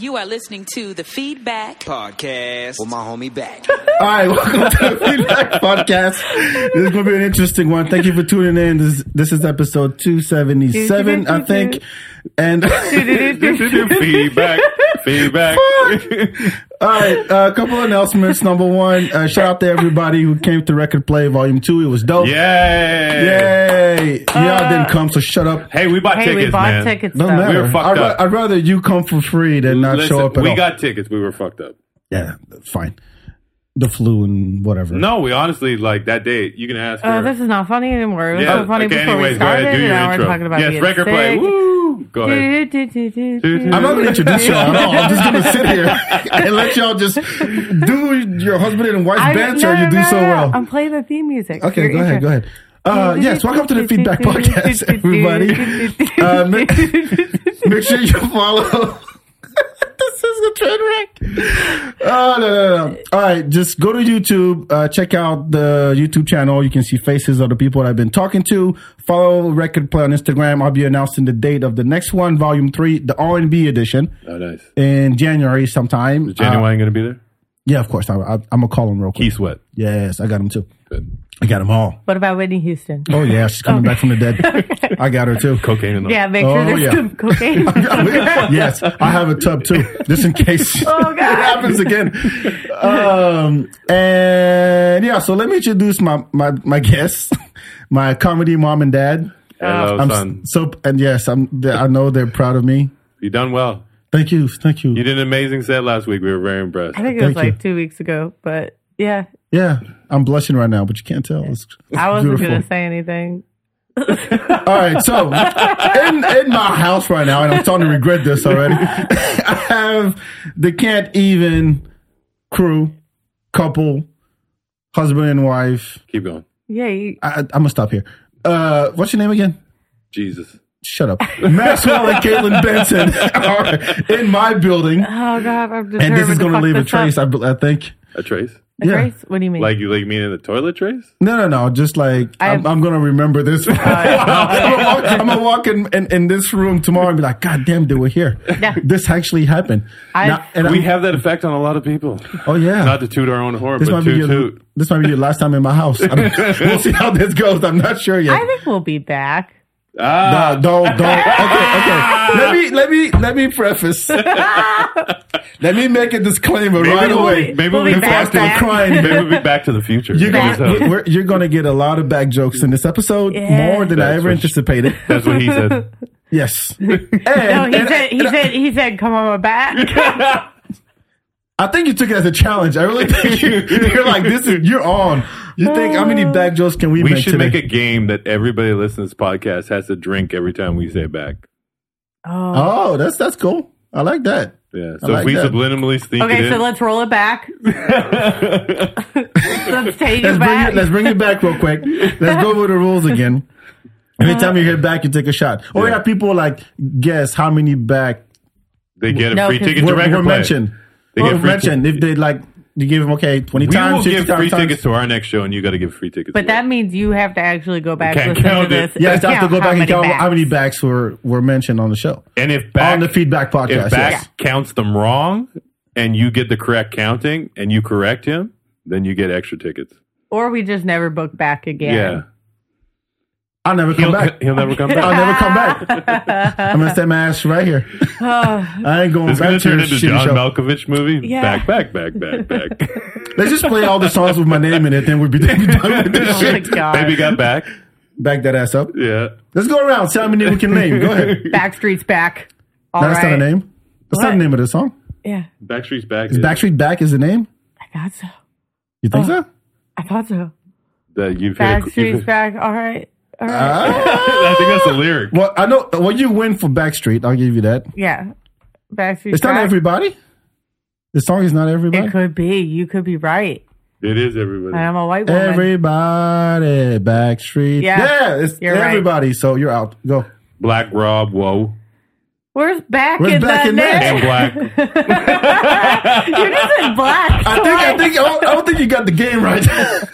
You are listening to the feedback. Podcast with my homie back. All right, welcome to the Feedback Podcast. This is going to be an interesting one. Thank you for tuning in. This, this is episode 277, I think. And feedback, feedback. all right, uh, a couple of announcements. Number one, uh, shout out to everybody who came to Record Play Volume 2. It was dope. Yay! Yay. Y'all didn't come, so shut up. Hey, we bought Hey, tickets, we bought man. tickets. Don't though. matter. were fucked I'd, ra- up. I'd rather you come for free than not Listen, show up at we all. got tickets. We were fucked up. yeah, fine. The flu and whatever. No, we honestly like that day. You can ask Uh, her. this is not funny anymore. It was Yeah, so funny okay, before we anyways, go started. ahead, do and your now intro. we're talking about yes, being record sick. play. Woo! Go ahead. Do, do, do, do, Do, do. do. I'm not gonna introduce y'all. at all. I'm just gonna sit here and let y'all just do your husband and wife I- banter. no, no, you do no, so no. well. I'm playing the theme music. okay, Your go ahead. Go intro. ahead. Uh, yes, welcome to the Feedback Podcast, everybody. Uh, make, make sure you follow. this is a train wreck. Oh, no, no, no. All right, just go to YouTube, uh, check out the YouTube channel. You can see faces of the people that I've been talking to. Follow Record Play on Instagram. I'll be announcing the date of the next one, Volume 3, the R&B edition Oh, nice. Is in January sometime. Jenny Uh, Wang going to be there? yeah, of course. I, I, I'm gonna call him real quick. Key Sweat. Yes, I got him too. Good. I got them all. What about Whitney Houston? Oh yeah, she's coming back from the dead. I got her too. Cocaine in the Yeah, make sure Oh, there's yeah. some cocaine. yes, I have a tub too, just in case Oh, God. it happens again. Um, and yeah, so let me introduce my my my guests, my comedy mom and dad. Uh, Hello, I'm son. s- so and yes, I'm. I know they're proud of me. You done well. Thank you, thank you. You did an amazing set last week. We were very impressed. I think it was Thank like you. two weeks ago, but yeah, Yeah, I'm blushing right now, but you can't tell. It's, it's I wasn't beautiful. going to say anything. All right, so in, in my house right now, and I'm starting to regret this already. I have the can't even crew, couple, husband and wife. Keep going. Yeah, you, I, I'm gonna stop here. Uh, what's your name again? Jesus. Shut up. Maxwell and Caitlin Benson are in my building, oh God, I'm determined and this is to gonna fuck leave a this up. trace. I, be- I think. A trace? A yeah. trace? What do you mean? Like you like mean in the toilet trace? No, no, no. Just like I I'm, have- I'm gonna remember this. I'm gonna walk, I'm gonna walk in, in, in this room tomorrow and be like, "God damn, they were here. Yeah. This actually happened." I- and We I'm- have that effect on a lot of people. Oh yeah. Not to toot our own horn, this might but be your, toot toot. this might be your last time in my house. I don't- we'll see how this goes. I'm not sure yet. I think we'll be back. Ah, Uh, don't don't. Okay, okay. Let me let me let me preface. let me make a disclaimer right we'll away. be- maybe we'll be be before I back. start back. crying. maybe we'll be back to the future. You're That's how- gonna, we're- you're gonna get a lot of back jokes in this episode, Yeah. more than I That's ever what- anticipated. That's what he said. Yes. And, No, he and said, he said, he said, come on back. I think you took it as a challenge. I really think you, you're like, this is, you're on. You think, how many back jokes can we, We make should today? make a game that everybody listening to this podcast has to drink every time we say back. Oh. oh, that's, that's cool. I like that. Yeah. I So like if we that. subliminally sneak Okay, it so in, let's roll it back. let's take Let's it bring back. it, let's bring it back real quick. Let's go over the rules again. Anytime you hit back, you take a shot. Oh yeah, Yeah. people like guess how many back they get a No, free 'cause ticket to were, record were play. mentioned. They Were get free mentioned ti- if they like you give them okay twenty we will times, fifty give free times. tickets to our next show, and you got to give free tickets. but away. that means you have to actually go back Can't listen to count this. it. and Yes, I have to go count back and how count many how many backs. backs were were mentioned on the show. and if back on the feedback podcast, if back yes. counts them wrong, and you get the correct counting, and you correct him, then you get extra tickets. Or we just never book back again. Yeah, I'll never come he'll back. he'll never come I'll back. never come back. I'm gonna stand my ass right here. I ain't going It's going back to to your turn into shitty John show. Malkovich movie. Yeah. Back, back, back, back, back. Let's just play all the songs with my name in it, then we'll be done with this Oh my shit. god. Baby got back. Back that ass up. Yeah. Let's go around. See how many we can name. Go ahead. Backstreet's back. All No, right. that's not a name. That's not the What? name of the song. Yeah. Backstreet's back. Is Backstreet Back is the name? I thought so. You think Oh. so? I thought so. That you've hit a- you've Backstreet's hit- back. All right. All right. I think that's the lyric. Well, I know. Well, you win for Backstreet. I'll give you that. yeah. Backstreet's It's back. not everybody. The song is not everybody. It could be. You could be right. It is everybody. I am a white woman. Everybody, Backstreet. Yeah, yeah it's you're right. everybody. So you're out. Go. Black Rob, whoa. Where's back Where's in back the in there? And neck? black. You just said black. I think. I think. I don't, I don't think you got the game right.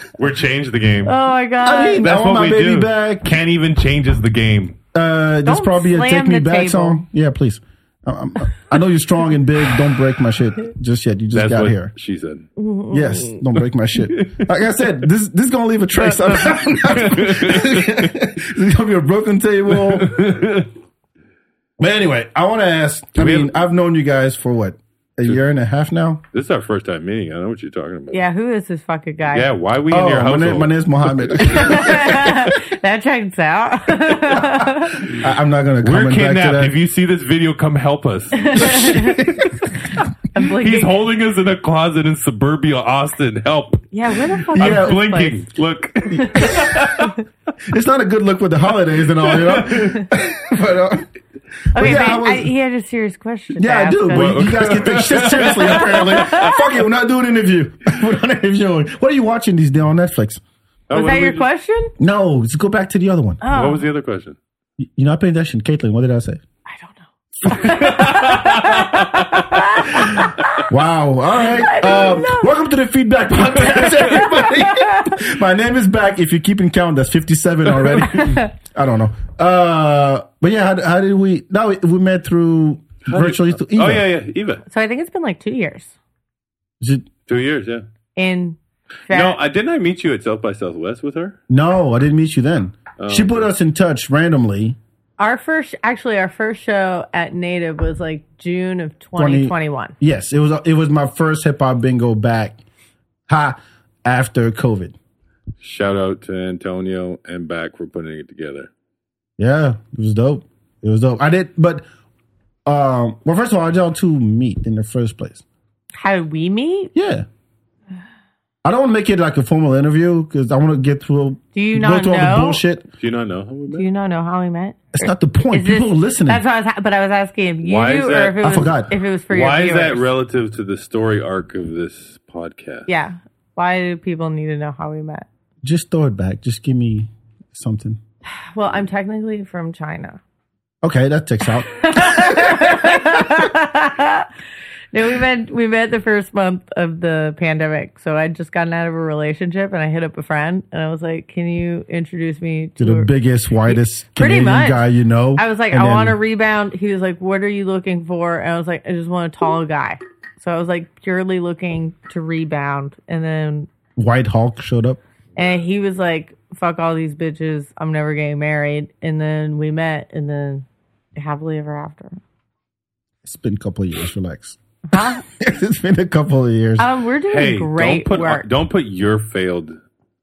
We're changed the game. Oh my god. I mean, that's I want what my we baby do. back. Can't even changes the game. Uh, that's Don't probably a slam take me the back table. song. Yeah, please. I'm, I know you're strong and big. Don't break my shit just yet. You just That's got what here. she said. Yes, don't break my shit. Like I said, this this is gonna leave a trace. It's gonna be a broken table. But anyway, I want to ask. I we mean, have- I've known you guys for what a year and a half now. This is our first time meeting. I know what you're talking about. Yeah, who is this fucking guy? Yeah, why we in Oh, your my, household? name, my name's Mohammed. I, that checks out. I'm not gonna We're comment back to kidnapped. that. If you see this video, come help us. I'm He's blinking. holding us in a closet in suburbia Austin. Help. yeah, where the fuck I'm is this blinking. Look. it's not a good look with the holidays and all, you know. but uh, place? Okay, yeah, I but was- I- he had a serious question. to yeah, I ask do. us. But you guys can take shit seriously. Apparently, fuck it. We're not doing an interview. we're not interviewing. What are you watching these days on Netflix? Oh, was what that did your we- question? No, let's go back to the other one. Oh, What was the other question? You're not paying attention, Caitlin. What did I say? I don't know. Wow. All right. Um, welcome to the feedback podcast, everybody. My name is back. If you're keeping count, that's 57 already. I don't know. Uh, but yeah, how, how did we? No, we- we met through virtually through email. Oh, yeah, yeah. Eva. So I think it's been like two years. Is it- Two years, yeah. In No, fact, I didn't I meet you at South by Southwest with her? no, I didn't meet you then. she put us in touch randomly. our first, actually, our first show at Native was like June of 2021. Yes, it was it was my first hip hop bingo back. Ha! After COVID. Shout out to Antonio and back for putting it together. Yeah, it was dope. It was dope. I did, but um, well, first of all, how'd y'all two meet in the first place? How did we meet? Yeah, I don't want to make it like a formal interview because I want to get through. Do you go not through all know? the bullshit? Do you not know how we met? Do you not know how we met? That's not the point. Is People this- are listening. That's what I was, ha- but I was asking if you Why is knew that- or if it I was, forgot. if it was for your Why is that viewers. relative to the story arc of this podcast? Yeah. Why do people need to know how we met? Just throw it back. Just give me something. Well, I'm technically from China. Okay, that takes out. No, we met we met the first month of the pandemic. So I'd just gotten out of a relationship and I hit up a friend and I was like, Can you introduce me to You're the a- biggest, whitest Canadian much. guy you know. I was like, And I then- want to rebound. He was like, What are you looking for? And I was like, I just want a tall guy. So I was like purely looking to rebound. And then White Hulk showed up. and he was like, Fuck all these bitches, I'm never getting married. And then we met and then happily ever after. It's been a couple of years. Relax. Huh? it's been a couple of years. Um, we're doing Hey, great don't put work. don't put your failed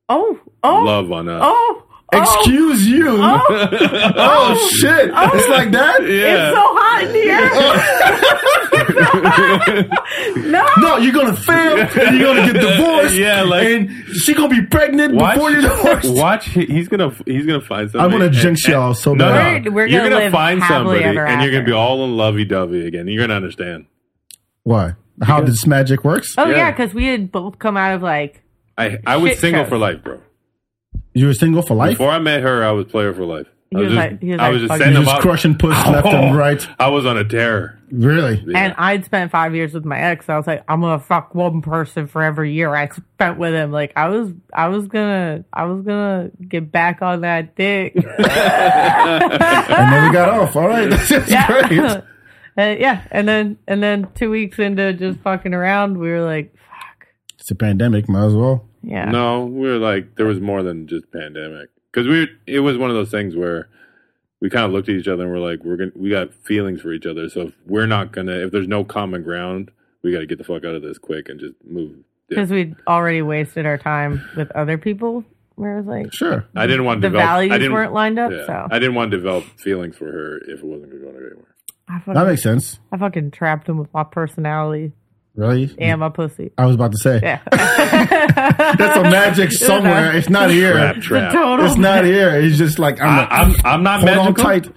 oh, oh, love on us. oh, oh, Excuse you. Oh, shit! It's like that. It's so hot in here. No, you're gonna fail. And you're gonna get divorced. Yeah, like- and she gonna be pregnant Watch- before you're divorced. Watch, he- he's gonna he's gonna find somebody. I'm gonna jinx y'all so No, bad. We're- no. we're you're gonna gonna live find happily somebody, ever and you're gonna after. be all in lovey-dovey again. You're gonna understand. Why? How this magic works? oh yeah, Yeah. because we had both come out of like I I was Shit single shows. for life, bro. You were single for life. Before I met her, I was player for life. He I was just, like- he was I like, was just fuck You're sending just them out. crushing puss left Oh. and right. I was on a tear. Really? and I'd spent five years with my ex. I was like, I'm gonna fuck one person for every year I spent with him. Like I was, I was gonna, I was gonna get back on that dick. Uh, I never got off. All right, that's great. yeah, and then and then two weeks into just fucking around, we were like, fuck, It's a pandemic. Might as well. yeah, No, we were like there was more than just pandemic because we were, it was one of those things where we kind of looked at each other and we're like we're gonna we got feelings for each other. So if we're not gonna if there's no common ground, we got to get the fuck out of this quick and just move. Yeah. because we'd already wasted our time with other people. Where it was like, Sure. I didn't want to the develop. values I didn't, weren't lined up, yeah. so. I didn't want to develop feelings for her if it wasn't going to go anywhere. I fucking, That makes sense. I fucking trapped him with my personality Really? and my pussy. I was about to say. Yeah. That's a magic somewhere. It's not here. Trap, trap. Total. It's not here. It's just like I'm. I, am I'm not hold on magical. tight.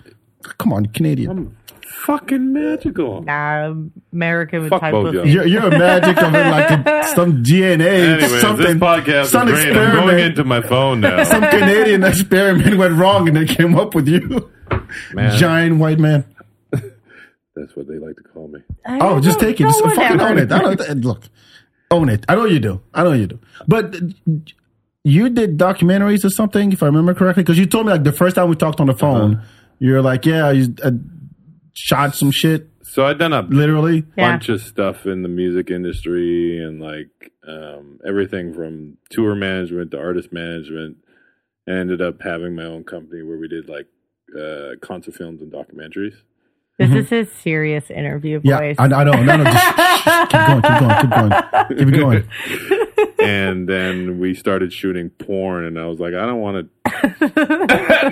Come on, Canadian. Fucking magical. Nah, American with Fuck type Bojo. pussy. You're, you're a magic of it, like a, some DNA, Anyway, something. this podcast is some great. experiment. I'm going into my phone now. some Canadian experiment went wrong, and they came up with you, Man, giant white man. that's what they like to call me. I Oh, don't just know. take it. No Just one fucking ever- own it. I don't, look, own it. I know you do. I know you do. But you did documentaries or something, if I remember correctly, because you told me like the first time we talked on the phone, you were like, "Yeah, you uh, shot some shit." So I've done a Literally. Yeah. bunch of stuff in the music industry and like um, everything from tour management to artist management. And ended up having my own company where we did like uh, concert films and documentaries. This is his serious interview Mm-hmm. Yeah, voice. I, I know. No, no, just, just keep going, keep going, keep going, keep it going. and then we started shooting porn, and I was like, I don't want to.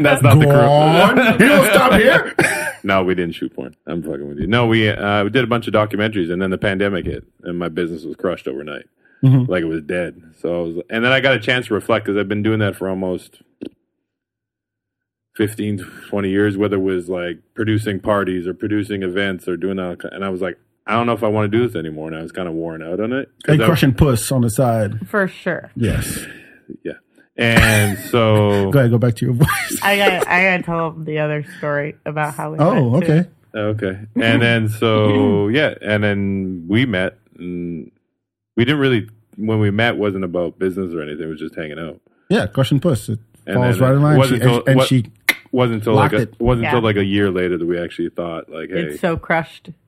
That's not Go the on. You don't stop here. correct. No, we didn't shoot porn. I'm fucking with you. No, we uh, we did a bunch of documentaries, and then the pandemic hit, and my business was crushed overnight, Mm-hmm. like it was dead. So, I was, and then I got a chance to reflect because I've been doing that for almost 15, 20 years, whether it was like producing parties or producing events or doing that. And I was like, I don't know if I want to do this anymore, and I was kind of worn out on it. 'Cause And I- crushing puss on the side. for sure. Yes. yeah. And so Go ahead, go back to your voice. I got I gotta tell the other story about how we Oh, met, too. okay. Okay. And then so yeah, and then we met and we didn't really when we met wasn't about business or anything, it was just hanging out. Yeah, crushing puss. It And falls then right in it line. She, wasn't and, till- and what- she, Wasn't until Locked like a, it. wasn't until Yeah. like a year later that we actually thought like, hey, It's so crushed.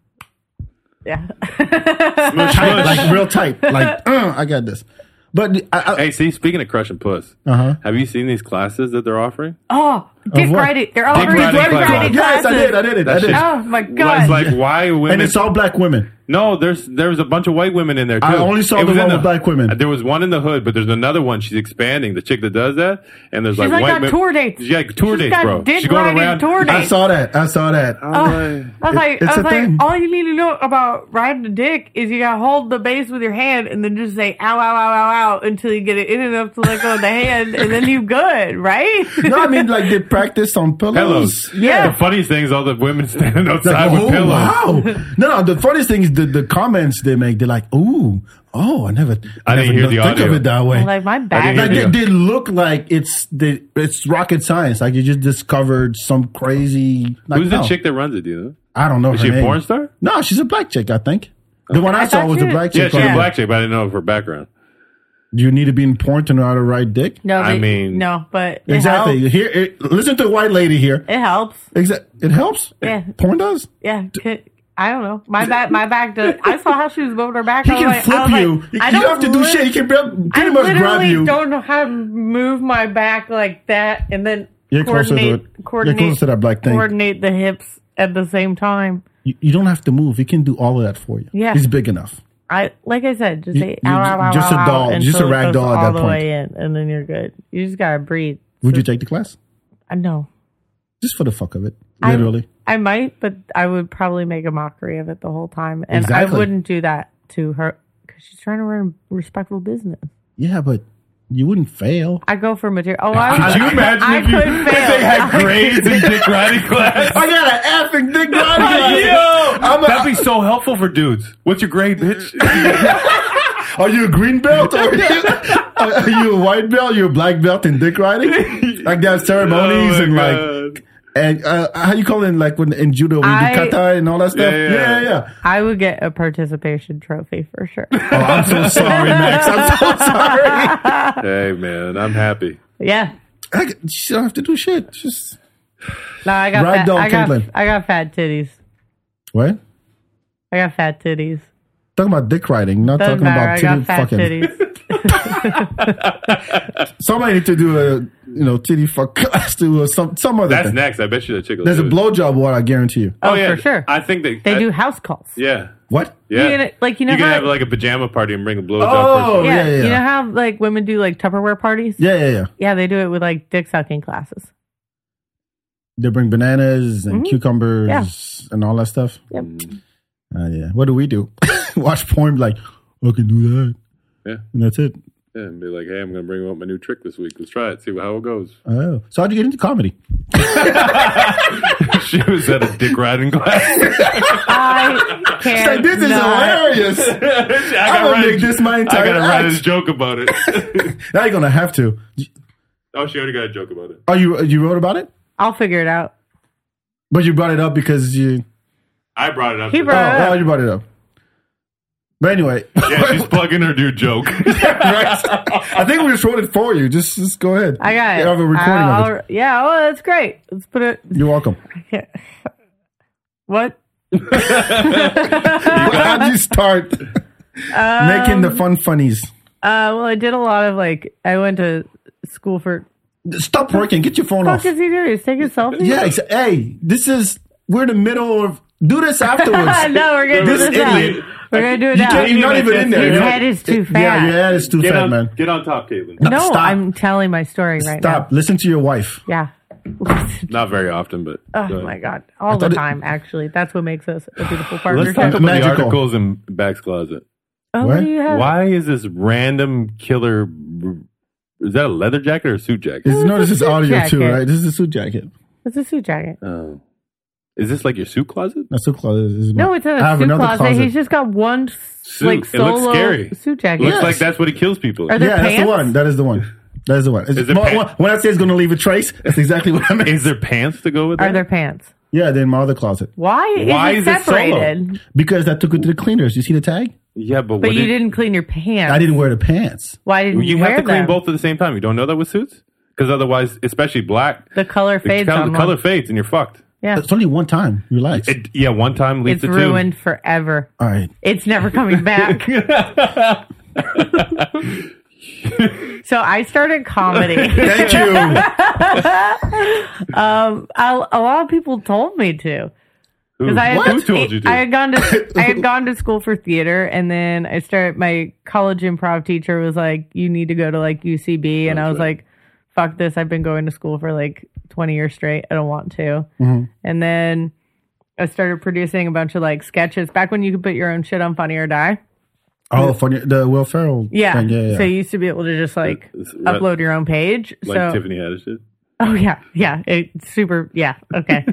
Yeah. smush, tight, smush. like real tight. Like, uh, I got this. But I, I, hey, see, speaking of crushing puss, Uh-huh. have you seen these classes that they're offering? oh, Dick what? Riding. They're all Dick free Dick Riding Riding, Club. yes, I classes. did. I did it. I That did shit- it. Oh my It's god. like why women? And it's all black women. no, there's there's a bunch of white women in there too. I only saw It the was in one with black women. There was one in the hood, but there's another one. She's expanding. The chick that does that, and there's She's like, white got men- tour dates. Yeah, tour She's dates, got bro. Dick She's going riding around tour I dates. saw that. I saw that. Oh, I was It's like, I a was like, thing. all you need to know about riding a dick is you gotta hold the base with your hand and then just say ow ow ow ow ow until you get it in enough to let go of the hand and then you good, right? No, I mean like they practiced on pillows. pillows. Yeah. The funniest thing is all the women standing Like, outside with oh, pillows. wow. No, no, the funniest thing is the, the comments they make. They're like, ooh, oh, I never, I never didn't hear the think of audio. it that way. like my didn't back Like they, Yeah. they look like it's the it's rocket science. Like you just discovered some crazy. Like, Who's the no, chick that runs it? Do you know? I don't know. Is her she a name. porn star? No, she's a black chick. I think the one I, I saw thought was she a was- black Yeah, chick. she's Yeah. a black chick, but I didn't know of her background. Do you need to be in porn to know how to ride dick? No, I but- mean- no, but it Exactly. helps. Here, it, listen to the white lady here. It helps. Exa- it helps. Yeah. Porn does. Yeah, c- I don't know. My back, my back does. I saw how she was moving her back. He I was can like- I flip was like, you. He- I you don't don't have to do lit- shit. He can pre- I pretty much grab literally you. don't know how to move my back like that and then You're closer to coordinate, it. You're coordinate, closer to that black thing. coordinate the hips at the same time. You, you don't have to move. He can do all of that for you. Yeah. He's big enough. I like I said, just You- say you- ow, ow, ow, just a ow, doll. ow, Just a until it rag goes doll at all that the point. way in, and then you're good. You just gotta breathe. Would you take the class? I know. Just for the fuck of it. I- Literally. I might, but I would probably make a mockery of it the whole time, and Exactly. I wouldn't do that to her because she's trying to run a respectful business. yeah, but you wouldn't fail. I go for material. Oh, I, Could you imagine I if, you, could if they fail. had grades in dick riding class? I got an effing dick Yo, that'd be so helpful for dudes. Oh What's your grade, bitch? Are you a green belt? Are you, are you a white belt? You're a black belt in dick riding? Like they have ceremonies Oh and my like and uh, how you call it like when in judo when I- you do kata and all that stuff? Yeah, Yeah, yeah. yeah, yeah. I would get a participation trophy for sure. Oh, I'm so sorry, Max. I'm so sorry. God. hey man, I'm happy. yeah. Like, you don't have to do shit. Just No, I got Rag fat, doll I got Caitlyn. I got fat titties. what? I got fat titties. Talking about dick riding, not Doesn't talking matter. I about titty got fat fucking. titties. Somebody need to do a you know titty fuck class to uh, some some other That's thing. next. I bet you the chick will There's a do it. blowjob award, I guarantee you. Oh, for sure. I think they They I- do house calls. Yeah, What? yeah. You can, like you know you can how have like a pajama party and bring a blowjob. Oh, person. yeah, yeah, you know yeah. how like women do like Tupperware parties. Yeah, yeah, yeah. Yeah, they do it with like dick sucking classes. They bring bananas and cucumbers Mm-hmm. Yeah. and all that stuff. Yep. Uh, yeah. What do we do? Watch porn like, I can do that. Yeah. And that's it. Yeah, and be like, hey, I'm gonna bring out my new trick this week. Let's try it. See how it goes. Oh. So how'd you get into comedy? she was at a dick riding class. I can't. Like, this is not- hilarious. I I'm gotta gonna make this my I entire gotta write a act. joke about it. Now you're gonna have to. oh, she already got a joke about it. Oh, you you wrote about it? I'll figure it out. But you brought it up because you I brought it up. He to- Oh, brought- oh, you brought it up. But anyway, yeah, she's plugging her new joke. I think we just wrote it for you. Just just go ahead. I got it. You have a recording I'll- of it. I'll- Yeah. Oh, that's great. Let's put it. You're welcome. What? How'd you start Um, making the fun funnies? Uh, well, I did a lot of like, I went to school for. oh, Stop working. Get your phone What off. the fuck is he doing? He's taking selfies? Oh. Yeah. ex- Hey, this is we're in the middle of. Do this afterwards. no, we're going to do This this now. idiot- We're going to do it You now. can't, you're not even in there. His you know? head is too fat. Yeah, your head is too Get fat, on, man. get on top, Caitlin. No, Stop. I'm telling my story right now. Stop. Listen to your wife. Yeah. Not very often, but Oh my god, all the thought it- time. Actually, that's what makes us a beautiful Let's talk partnership. about the Magical. articles in Back's closet. Oh, What? do you have? Why is this random killer? Is that a leather jacket or a suit jacket? This, no, this is suit audio too, jacket. right? This is a suit jacket. It's a suit jacket. Oh. Is this like your suit closet? That's so closet. This is my- No, it's in I a have suit another closet. He's just got one suit. Suit. like It looks solo scary. suit jacket. Looks Yes. like that's what he kills people. Are in. there yeah, that's the pants? one. That is the one. That is the one. It's- Is it my- pants? when I say it's going to leave a trace, that's exactly what I mean. Is there pants to go with Are it? there pants? Yeah, then my other closet Why, Why is is it it solo? separated? because I took it to the cleaners. You see the tag? Yeah, but, but what you did- didn't clean your pants. I didn't wear the pants. Why didn't you, You have wear to clean them? both at the same time. You don't know that with suits because otherwise, especially black, The color the fades. color, on the color one. fades and you're fucked. Yeah, It's only one time. Relax. It, yeah, one time leads it's to two. ruined forever. All right. It's never coming back. so I started comedy. Thank you. I, a lot of people told me to. Who, Because I, had- who told you to? I had gone to I had gone to school for theater, and then I started. My college improv teacher was like, "You need to go to like UCB," and I was like, "Fuck this! I've been going to school for like twenty years straight. I don't want to." Mm-hmm. And then I started producing a bunch of like sketches back when you could put your own shit on Funny or Die. Oh, funny. The Will Ferrell. Yeah, thing, yeah, yeah. so you used to be able to just like It's- it's- upload your own page. Uh, like so Tiffany Haddish did. Oh yeah, yeah. It's super. Yeah. Okay.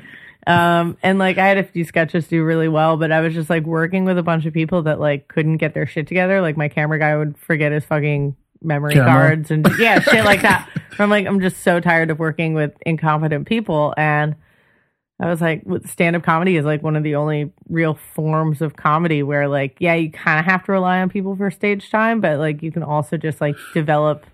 um, and like I had a few sketches do really well, but I was just like working with a bunch of people that like couldn't get their shit together. Like my camera guy would forget his fucking memory Camera. cards and yeah, shit like that. I'm like, I'm just so tired of working with incompetent people and. I was like, stand up comedy is like one of the only real forms of comedy where, like, yeah, you kind of have to rely on people for stage time, but like, you can also just like develop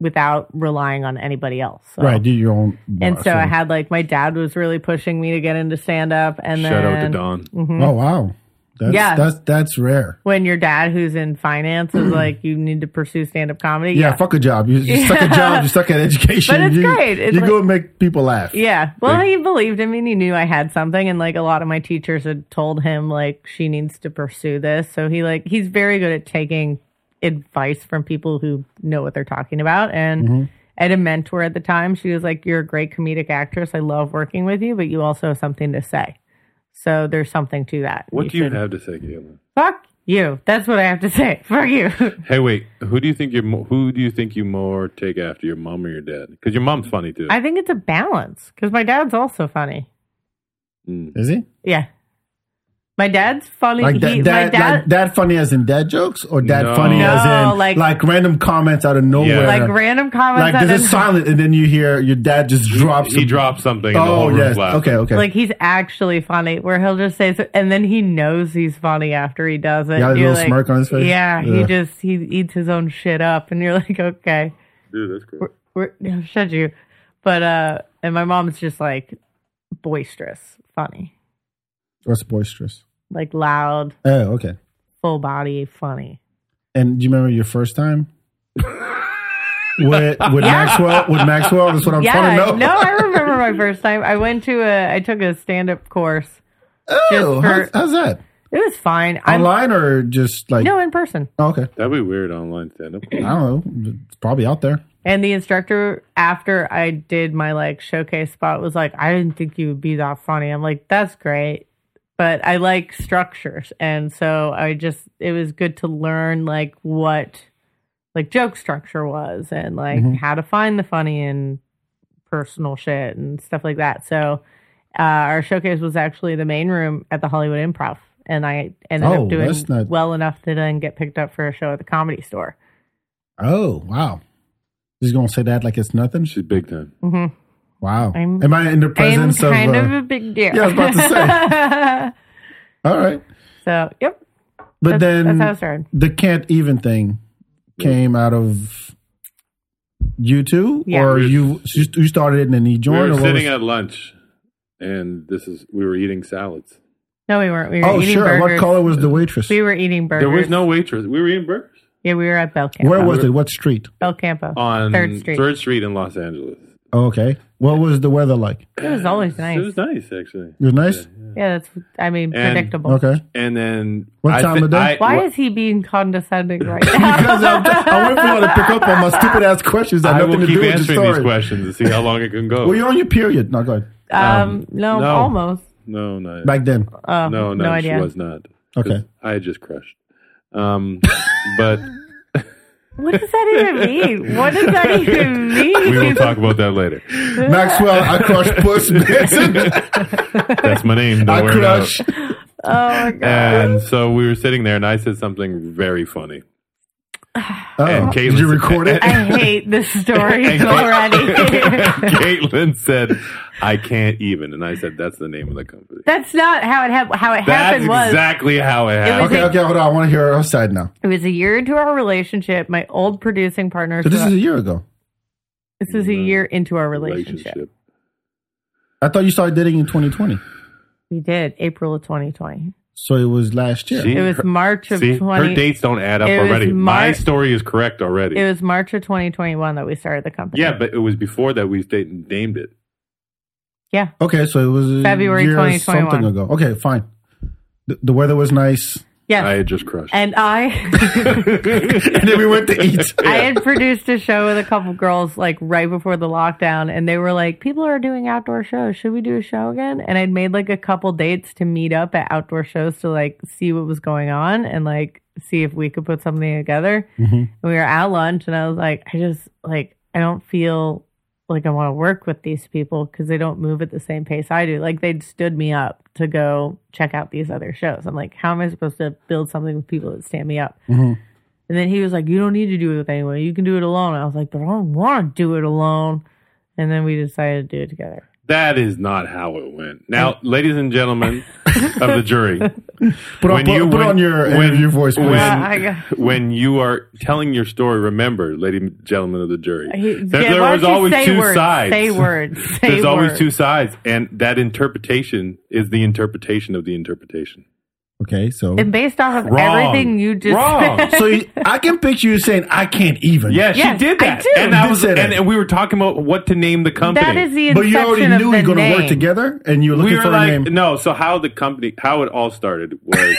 without relying on anybody else. So. right. Do your own. And so I have. had like my dad was really pushing me to get into stand up, and Shout out to then Don. Oh wow. That's, Yeah. That's that's rare. when your dad, who's in finance, is like, you need to pursue stand up comedy. Yeah, Fuck a job. You, you suck at jobs. You suck at education. But it's you, great. It's you go like- and make people laugh. Yeah. Well, he believed in me and he knew I had something. And like a lot of my teachers had told him, like, she needs to pursue this. So he, like, he's very good at taking advice from people who know what they're talking about. And Mm-hmm. I had a mentor at the time. She was like, You're a great comedic actress. I love working with you, but you also have something to say. So there's something to that. What do you should- have to say, Caitlin? Fuck you. That's what I have to say. Fuck you. Hey, wait. Who do you think you mo- who do you think you more take after, your mom or your dad? Because your mom's funny too. I think it's a balance because my dad's also funny. Is he? Yeah. My dad's funny. Like that, He- dad, my dad, like dad funny as in dad jokes or dad No. funny as No, in like- like, random comments out of nowhere. Like like random comments. uh, Like, that this didn't- is silent and then you hear your dad just drops. he some- dropped something. and the whole Oh room yes. laughed. Okay. Okay. like he's actually funny, where he'll just say, so, and then he knows he's funny after he does it. Yeah, a You're little like- smirk on his face. Yeah, he Yeah. just he eats his own shit up, and you're like, okay, Dude, that's cool. we're, no, shut you. But uh, and my mom's just like boisterous, funny, What's boisterous? like loud, Oh, okay. full body, funny. And do you remember your first time? with with Maxwell? With Maxwell? That's what I'm yeah, trying to know. no, I remember my first time. I went to a, I took a stand up course. Oh, just for- how's, how's that? It was fine. I'm- Online or just like? no, in person. Oh, okay. That'd be weird online stand up. I don't know. It's probably out there. And the instructor, after I did my like showcase spot, was like, I didn't think you would be that funny. I'm like, that's great. But I like structures. And so I just, it was good to learn like what like joke structure was and like Mm-hmm. how to find the funny in personal shit and stuff like that. So uh, our showcase was actually the main room at the Hollywood Improv. And I ended Oh, up doing that's not- well enough to then get picked up for a show at the comedy store. Oh, wow. Just gonna say that like it's nothing. She's big time. Mm-hmm. Wow. I'm- Am I in the I'm presence kind of? of, uh, a big deal. Yeah, I was about to all right. so, yep. But That's- then that's how it started. the can't even thing came out of you two, Yeah. or you you started it and then he We joined. were or what sitting was- at lunch, and this is we were eating salads. No, we weren't. We were Oh, eating sure. What burgers. color was the waitress? We were eating burgers. There was no waitress. We were eating burgers Yeah, we were at Belcampo. Where was it? What street? Belcampo on Third Street? in Los Angeles. Oh, okay. What was the weather like? It was always It nice. was nice actually. It was nice. Yeah, that's. I mean, And- predictable. Okay. And then What I time fin- of day? I- Why wh- is he being condescending right now? Because I'm, I went for you to pick up on my stupid ass questions that I had will nothing to keep do with the answering these story. questions to see how long it can go. Well, you're on your period. No, go ahead. um, no, no. almost. no, no, Back then. Oh, no, no, no idea. she was not. 'Cause Okay. I had just crushed. Um, but What does that even mean? What does that even mean? we will talk about that later. Maxwell, I crush puss. Benson. That's my name. Don't I worry about crush. it. oh my god! And so we were sitting there, and I said something very funny. Oh, And Caitlin did you record it? I hate this story And- already. Caitlin said, "I can't even," and I said, "That's the name of the company." That's not how it happened. How it That's happened was exactly how it happened. was Okay, okay, hold on. I want to hear her side now. it was a year into our relationship. My old producing partner. So this said- is a year ago. this is a year into our relationship. I thought you started dating in 2020. We did April of 2020. So it was last year. See? It was Her- March of See, 20. her dates don't add up It was already. My Mar- story is correct already. It was March of 2021 that we started the company. yeah, but it was before that we sta- named it. yeah. Okay, so it was a February year 2021. something ago. Okay, fine. The, the weather was nice, Yes. I had just crushed. and I, and then we went to eat. I had produced a show with a couple girls like right before the lockdown, and they were like, "People are doing outdoor shows. Should we do a show again?" And I'd made like a couple dates to meet up at outdoor shows to like see what was going on and like see if we could put something together. Mm-hmm, And we were at lunch, and I was like, "I just like I don't feel." Like I want to work with these people because they don't move at the same pace I do. Like they'd stood me up to go check out these other shows. I'm like, how am I supposed to build something with people that stand me up? mm-hmm. And then he was like, "You don't need to do it with anyone. You can do it alone." I was like, "But I don't want to do it alone." And then we decided to do it together. that is not how it went. Now, ladies and gentlemen of the jury, Put on, When put, you- put when- on your when- interview voice, please. when- Uh, I got- when you are telling your story, remember, ladies and gentlemen of the jury, He- that Yeah, there why was don't you always say two words, sides. Say words. Say There's always words. two sides, and that interpretation is the interpretation of the interpretation. okay, so And based off of Wrong. everything you just Wrong. said, so you, I can picture you saying, "I can't even." Yeah, Yes, she did I that, did. and I Did was, say and, that. and we were talking about what to name the company. that is the but inception you already of knew the you're going to name. work together, and you're looking we were for like, a name. no. So how the company, how it all started was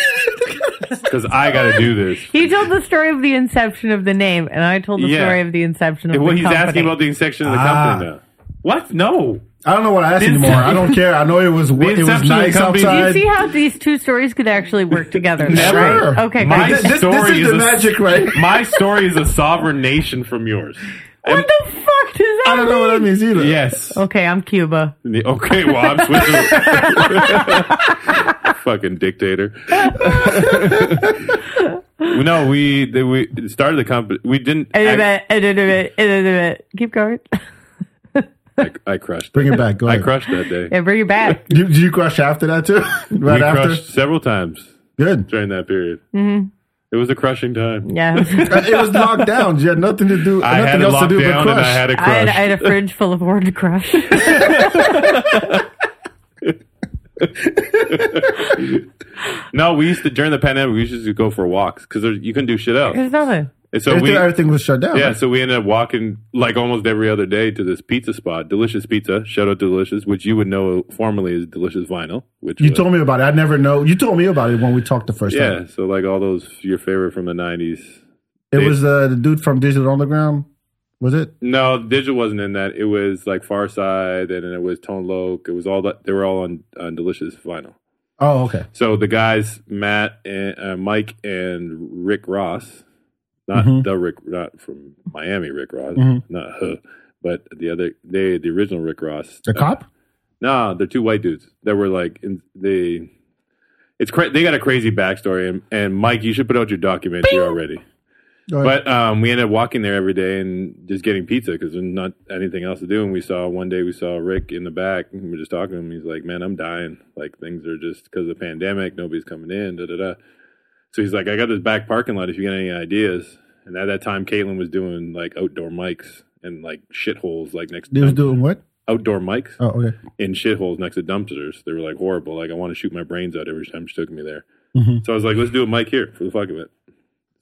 because I got to do this. He told the story of the inception of the name, and I told the Yeah. story of the inception of Well, the he's company. asking about the inception of the Ah. company now. What? No. I don't know what I asked anymore. I don't care. I know it was it was inception of the nice company- you outside. see how these two stories could actually work together. Never. Right? Okay, My guys. this, this story is is the a- magic, right? My story is a sovereign nation from yours. What Oh, the fuck does that I don't know what that means either. Yes. Okay, I'm Cuba. The- Okay, well, I'm switching. Fucking dictator. no, we they- we started the company. We didn't. Edit I, it, edit it, edit it. Keep going. I, I crushed. Bring it back. Go I ahead. crushed that day. Yeah, bring it back. You, did you crush after that too? right we after. crushed several times Good. during that period. Mm-hmm. It was a crushing time. Yeah. It was locked down. You had nothing to do. I had nothing it else to locked do but down and crush. I had a I had, crush. I had a fridge full of Warden Crush. no, we used to during the pandemic. We used to go for walks because you couldn't do shit else. There's nothing. And so Everything, we, everything was shut down. Yeah, so we ended up walking like almost every other day to this pizza spot, Delicious Pizza. Shout out to Delicious, which you would know formerly as Delicious Vinyl. Which You was- told me about it. I never know. You told me about it when we talked the first yeah. time. So like all those your favorite from the nineties. It was uh, the dude from Digital Underground. Was it? No, Digital wasn't in that. It was like Far Side, and then it was Tone Loc. It was all that they were all on, on Delicious Vinyl. Oh, okay. So the guys Matt and uh, Mike and Rick Ross, not Mm-hmm. the Rick, not from Miami Rick Ross, not huh, but the other they the original Rick Ross. The uh, cop? Nah, they're two white dudes that were like in, they. It's cra- they got a crazy backstory, and, and Mike, you should put out your documentary already. Go ahead. But um, we ended up walking there every day and just getting pizza because there's not anything else to do. And we saw one day we saw Rick in the back, and we were just talking to him. He's like, "Man, I'm dying. Like things are just because of the pandemic, nobody's coming in." Da da da. So he's like, "I got this back parking lot. If you got any ideas." And at that time, Caitlin was doing like outdoor mics and like shitholes, like next They was doing what? outdoor mics Oh, okay. in shitholes next to dumpsters. They were like horrible. Like I want to shoot my brains out every time she took me there. Mhm. So I was like, let's do a mic here for the fuck of it.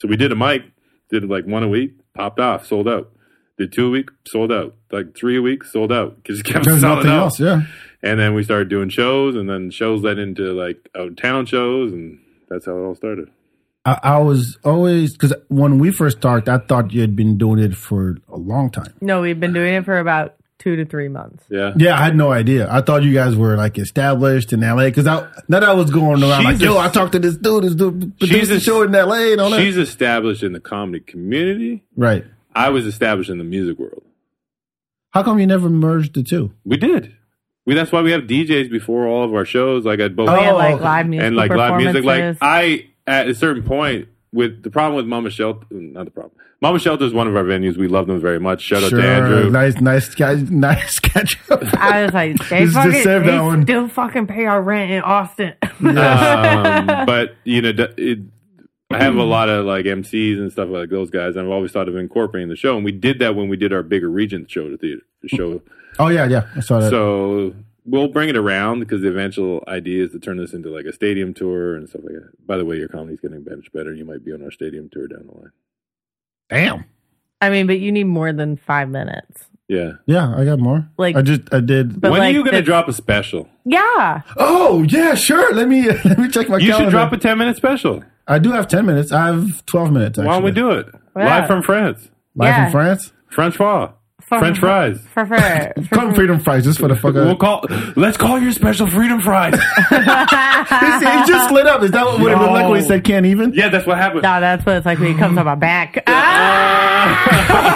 So we did a mic, did like one a week, popped off, sold out. Did two a week, sold out. Like three a week, sold out. Just kept There's selling nothing out. else. Yeah. And then we started doing shows, and then shows led into like out of town shows, and that's how it all started. I, I was always because when we first started, I thought you had been doing it for a long time. No, we've been doing it for about two to three months. Yeah. Yeah, I had no idea. I thought you guys were like established in LA because I not that I was going around like, She's yo, a- I talked to this dude, this dude produced She's a- a show in LA and all that. She's established in the comedy community. Right? I was established in the music world. How come you never merged the two? We did. We that's why we have DJs before all of our shows. Like at both Oh, We had like okay. live music and like live music. Like performances. I at a certain point with the problem with Mama Shelter, not the problem. Mama Shelter is one of our venues. We love them very much. Shout out to Andrew. nice, nice guy, nice catch up. I was like, they Just- just fucking save they that one. still fucking pay our rent in Austin. um, but you know, d- it, I have a lot of like MCs and stuff like those guys. And I've always thought of incorporating the show, and we did that when we did our bigger Regent show to theater the show. oh yeah, yeah, I saw that. So we'll bring it around because the eventual idea is to turn this into like a stadium tour and stuff like that. By the way, your comedy's getting much better. You might be on our stadium tour down the line. Damn. I mean, but you need more than five minutes. Yeah. Yeah, I got more. Like- I just I did. But when like are you going to the- drop a special? Yeah, oh yeah, sure. Let me let me check my. You should calendar. drop a 10 minute special. I do have ten minutes. I have twelve minutes. Actually. Why don't we do it? Yeah. Live from France. Live Yeah. in France. French fries. From- French fries. for for, Come for freedom fries just for the fuck. We'll out. call. Let's call your special freedom fries. It's- it just lit up. Is that what it looked like when he No. said can't even? yeah, that's what happened. no, that's what it's like when it comes on my back. Ah!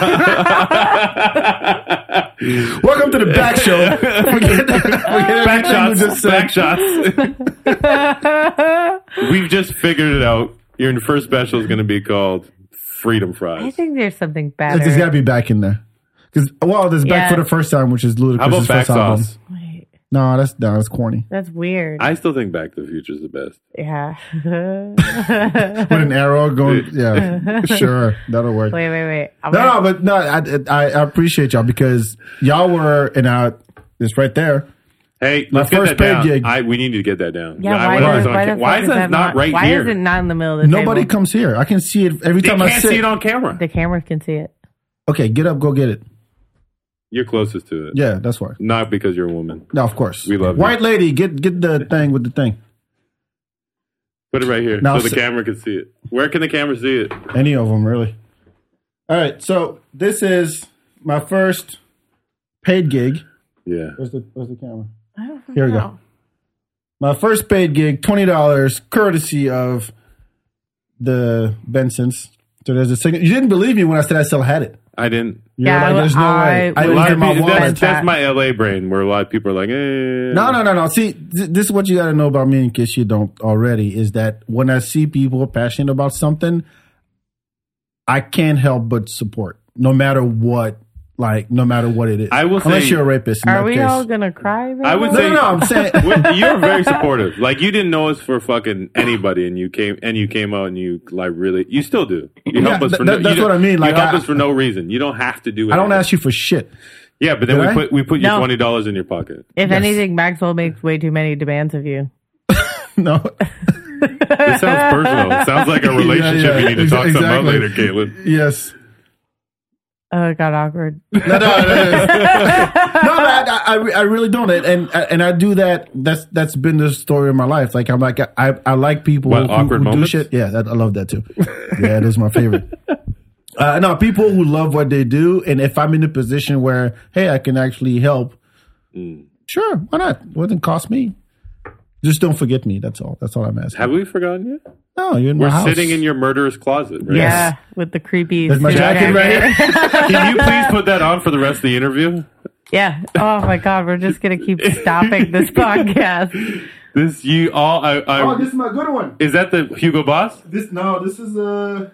Welcome to the back show. Forget- forget Back everything we shots. just said. Back shots. We've just figured it out. Your first special is going to be called Freedom I Fries. think there's something better. It's just gotta be back in there. Because well, there's back Yeah. for the first time, which is ludicrous. How about back sauce? Wait, No, that's no, that's corny. that's weird. I still think Back to the Future is the best. yeah. With an arrow going, yeah, sure, that'll work. wait, wait, wait. I'm No, gonna- no, but no, I, I, I appreciate y'all because y'all were and I, it's right there. Hey, My let's get first that down. paid gig. I, we need to get that down. Yeah, I- why, when I was does, on why, ca- the why fuck is that not right why here? is it not in the middle of the Nobody table? comes here. I can see it every they time I can't sit. see it on camera. the camera can see it. okay, get up, go get it. You're closest to it. Yeah, that's why. Not because you're a woman. No, of course. We love you. white lady. Get get the thing with the thing. Put it right here Now so the s- camera can see it. Where can the camera see it? Any of them, really. All right, so this is my first paid gig. Yeah. Where's the, where's the camera? I don't Here we go. know. My first paid gig, twenty dollars, courtesy of the Bensons. So there's a signature. You didn't believe me when I said I still had it. I didn't. You Yeah, were I like, there's no would- way. I I A would didn't lot get of my people, wallet. that's, wallet. that's my LA brain where a lot of people are like, eh. No, no, no, no. See, th- this is what you got to know about me in case you don't already is that when I see people passionate about something, I can't help but support, no matter what, like, no matter what it is. I will Unless say- you're a rapist. In Are that we case. all gonna cry? I No, Raymond? would say- no, no. I'm saying. Well, you're very supportive. Like you didn't know us for fucking anybody, and you came and you came out and you like really, you still do. You Yeah, help us th- for no, th- that's you don't- what I mean, like, you help I- us for no reason. You don't have to do. I don't anything. ask you for shit. Yeah, but then Did we I? put we put you No. twenty dollars in your pocket. If anything, Maxwell makes way too many demands of you. No. This sounds personal. It sounds like a relationship yeah, you need to exa- talk something about exactly. later, Caitlin. yes. Oh, it got awkward. No, no, no, no. no but I, I, I really don't. And, and and I do that. That's that's been the story of my life. Like I'm like I, I like people What, awkward moments? do shit. Yeah, that, I love that too. Yeah, that is my favorite. Uh, no, people who love what they do, and if I'm in a position where hey, I can actually help, Mm. sure, why not? It doesn't cost me. Just don't forget me. That's all. That's all I'm asking. Have we forgotten yet? no, you're in my We're house. sitting in your murderer's closet. Right? Yeah, with the creepy. There's my suit jacket right here. Can you please put that on for the rest of the interview? Yeah. Oh my God, we're just gonna keep stopping this podcast. This you all. I, I, Oh, this is my good one. is that the Hugo Boss? This no, this is uh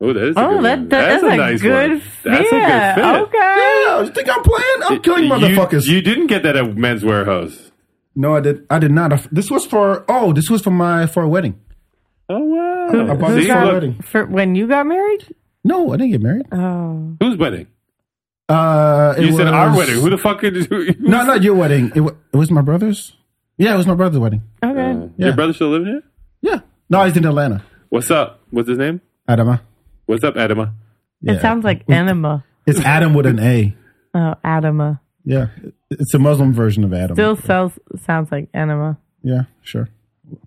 Oh, that is. A Oh, that, good that one. is that's a nice good one. fit. That's a good fit. Okay. Yeah, you think I'm playing? I'm killing You- motherfuckers. You, didn't get that at Men's Warehouse. no, I did. I did not. This was for. Oh, this was for my for a wedding. Oh wow! About See, this for a look, wedding. For when you got married? Uh, No, I didn't get married. Oh, whose wedding? Uh, it You said our was- wedding. Who the fuck is who, No, not your wedding. It, wa- it was my brother's. Yeah, it was my brother's wedding. Okay. Yeah. Your brother still living here? Yeah. No, he's in Atlanta. What's up? What's his name? Adama. What's up, Adama? Yeah. It sounds like enema. It's Adam with an A. Oh, Adama. Yeah. It- It's a Muslim version of Adam. Still sells, sounds like enema. Yeah, sure.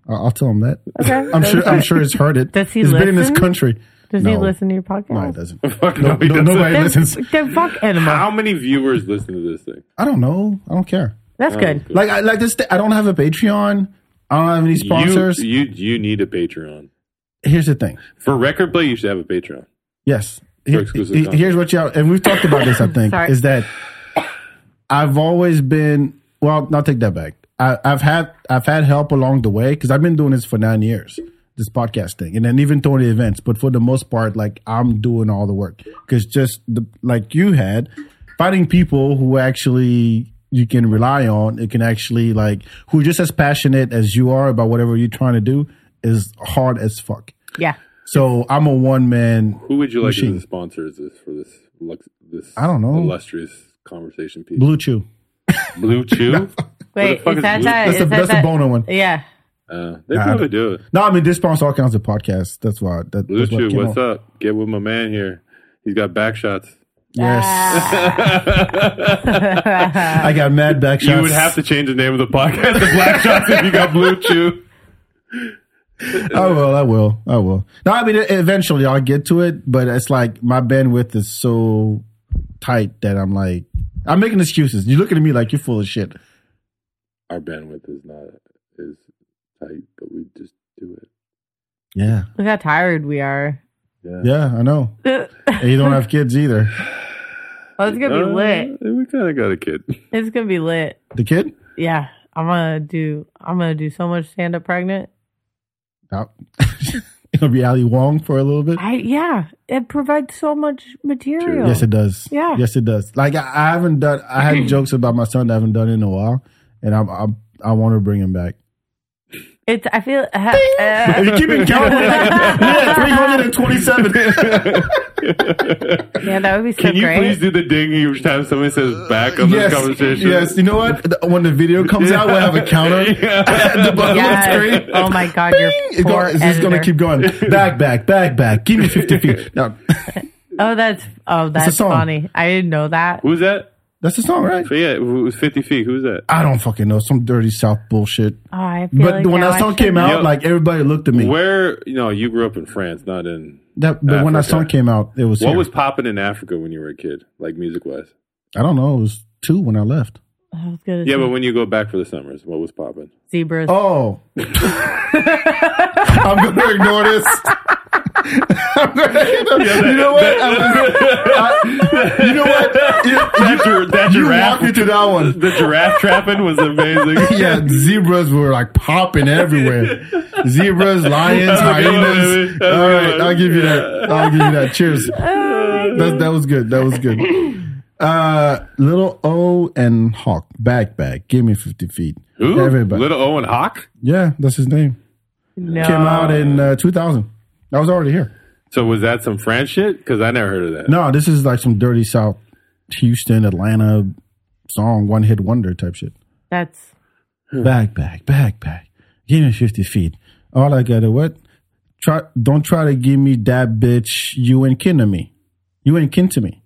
I'll, I'll tell him that. Okay. I'm sure. I'm Okay. sure he's heard it. Does he He's been in this listen? country. Does he No. listen to your podcast? No, he doesn't. Fuck No, no, he no, doesn't. nobody Then, listens. then fuck enema. How many viewers listen to this thing? I don't know. I don't care. That's good. Uh, Like, I, like this. Th- I don't have a Patreon. I don't have any sponsors. You, you you need a Patreon. Here's the thing. For record play, you should have a Patreon. Yes. Here- exclusive he- content. here's what y'all, and we've talked about this, I think, Sorry. is that I've always been, well, I'll take that back. I, I've had, I've had help along the way because I've been doing this for nine years, this podcast thing, and then even throwing the events. But for the most part, like I'm doing all the work because just the, like you had, finding people who actually you can rely on, it can actually like, who are just as passionate as you are about whatever you're trying to do is hard as fuck. Yeah. So I'm a one man Who would you like Machine. as a sponsor is this for this lux, this I don't know. illustrious conversation piece? Blue, Blue Chew. Chew. Wait, fuck is is that that? blue- That's is the that that's the that- boner one. Yeah. Uh, they Nah, I probably don't- do it. No, I mean this sponsor all kinds of podcasts. That's why. That, Blue that's what Chew, came what's out. up? Get with my man here. He's got back shots. Yes, I got mad back shots. You would have to change the name of the podcast to Black Shots if you got Blue Chew. I will. Oh, I will. I will. No, I mean e-, eventually I'll get to it, but it's like my bandwidth is so tight that I'm like I'm making excuses. You're looking at me like you're full of shit. Our bandwidth is not is tight, but we just do it. Yeah. Look how tired we are. Yeah, I know. Well, And you don't have kids either. it's gonna be Uh, lit. We kind of got a kid. It's gonna be lit. The kid? Yeah. I'm gonna do. I'm gonna do so much stand up pregnant. No. It'll be Ali Wong for a little bit. I yeah. It provides so much material. Oh. Yes, it does. Yeah. Yes, it does. Like I, I haven't done. I had jokes about my son that I haven't done in a while, and I'm, I'm I want to bring him back. It's. I feel. uh, If you keep it counting, we're like, yeah, three hundred and twenty-seven. yeah, that would be so Can you great. please do the ding each time somebody says back on this Yes, conversation? yes. You know what? The- When the video comes out, we'll have a counter at the bottom Yes. of the screen. Oh my god, you're It's poor going, it's just going to editor. keep going. Back, back, back, back. Give me fifty feet. No, Oh, that's oh, that's song. funny. I didn't know that. Who's that? that's the song, right? So yeah, it was 50 feet. Who's that? I don't fucking know. Some dirty South bullshit. Oh, I feel But like when now that I song should came know. out, Yo. like everybody looked at me. Where, you know, you grew up in France, not in. that, but when that Africa. song came out, it was. What here. was popping in Africa when you were a kid, like music wise? I don't know. It was two when I left. I was gonna Yeah, say but when you go back for the summers, what was popping? zebras. Oh. I'm going to ignore this. I'm gonna, you know what? I'm just- I- you know what? You, That, gir- that you walked me giraffe, to that one. the giraffe trapping was amazing. Yeah, zebras were like popping everywhere. Zebras, lions, That's a good one, hyenas. baby. That's a All good right, one. I'll give you that. I'll give you that. Cheers. That, that was good. That was good. Uh, little O and Hawk, back, back. Give me fifty feet. Who? Everybody. Little Owen Hawk. yeah, that's his name. no. came out in uh, 2000. I was already here. So was that some French shit? Because I never heard of that. No, this is like some dirty South Houston, Atlanta song, one hit wonder type shit. That's Back, back, back, back. Give me 50 feet. All I got to what? Try, don't try to give me that bitch. You ain't kin to me. You ain't kin to me.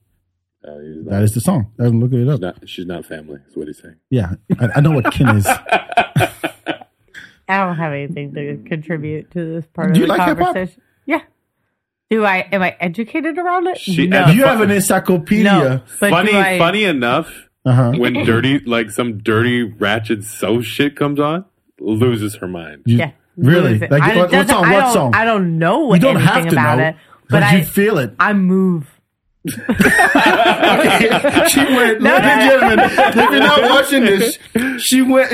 Oh, he's not- That is the song. I'm looking it up. not- she's not family. Is what he's saying. Yeah, I, I know what kin is. I don't have anything to contribute to this part of Do the you like hip-hop? conversation. Yeah. Do I am I educated around it? She- no. You have an encyclopedia. no. But funny, do I, funny enough, Uh-huh. when dirty, like some dirty ratchet so shit comes on, loses her mind. You- Yeah. Really? Lose it. Like, I, it what, what doesn't- song? I What don't- song? I don't know you what don't anything have to about know, it. but, But I you feel it. I move. she went, No, ladies and gentlemen, if you're not watching this, she went.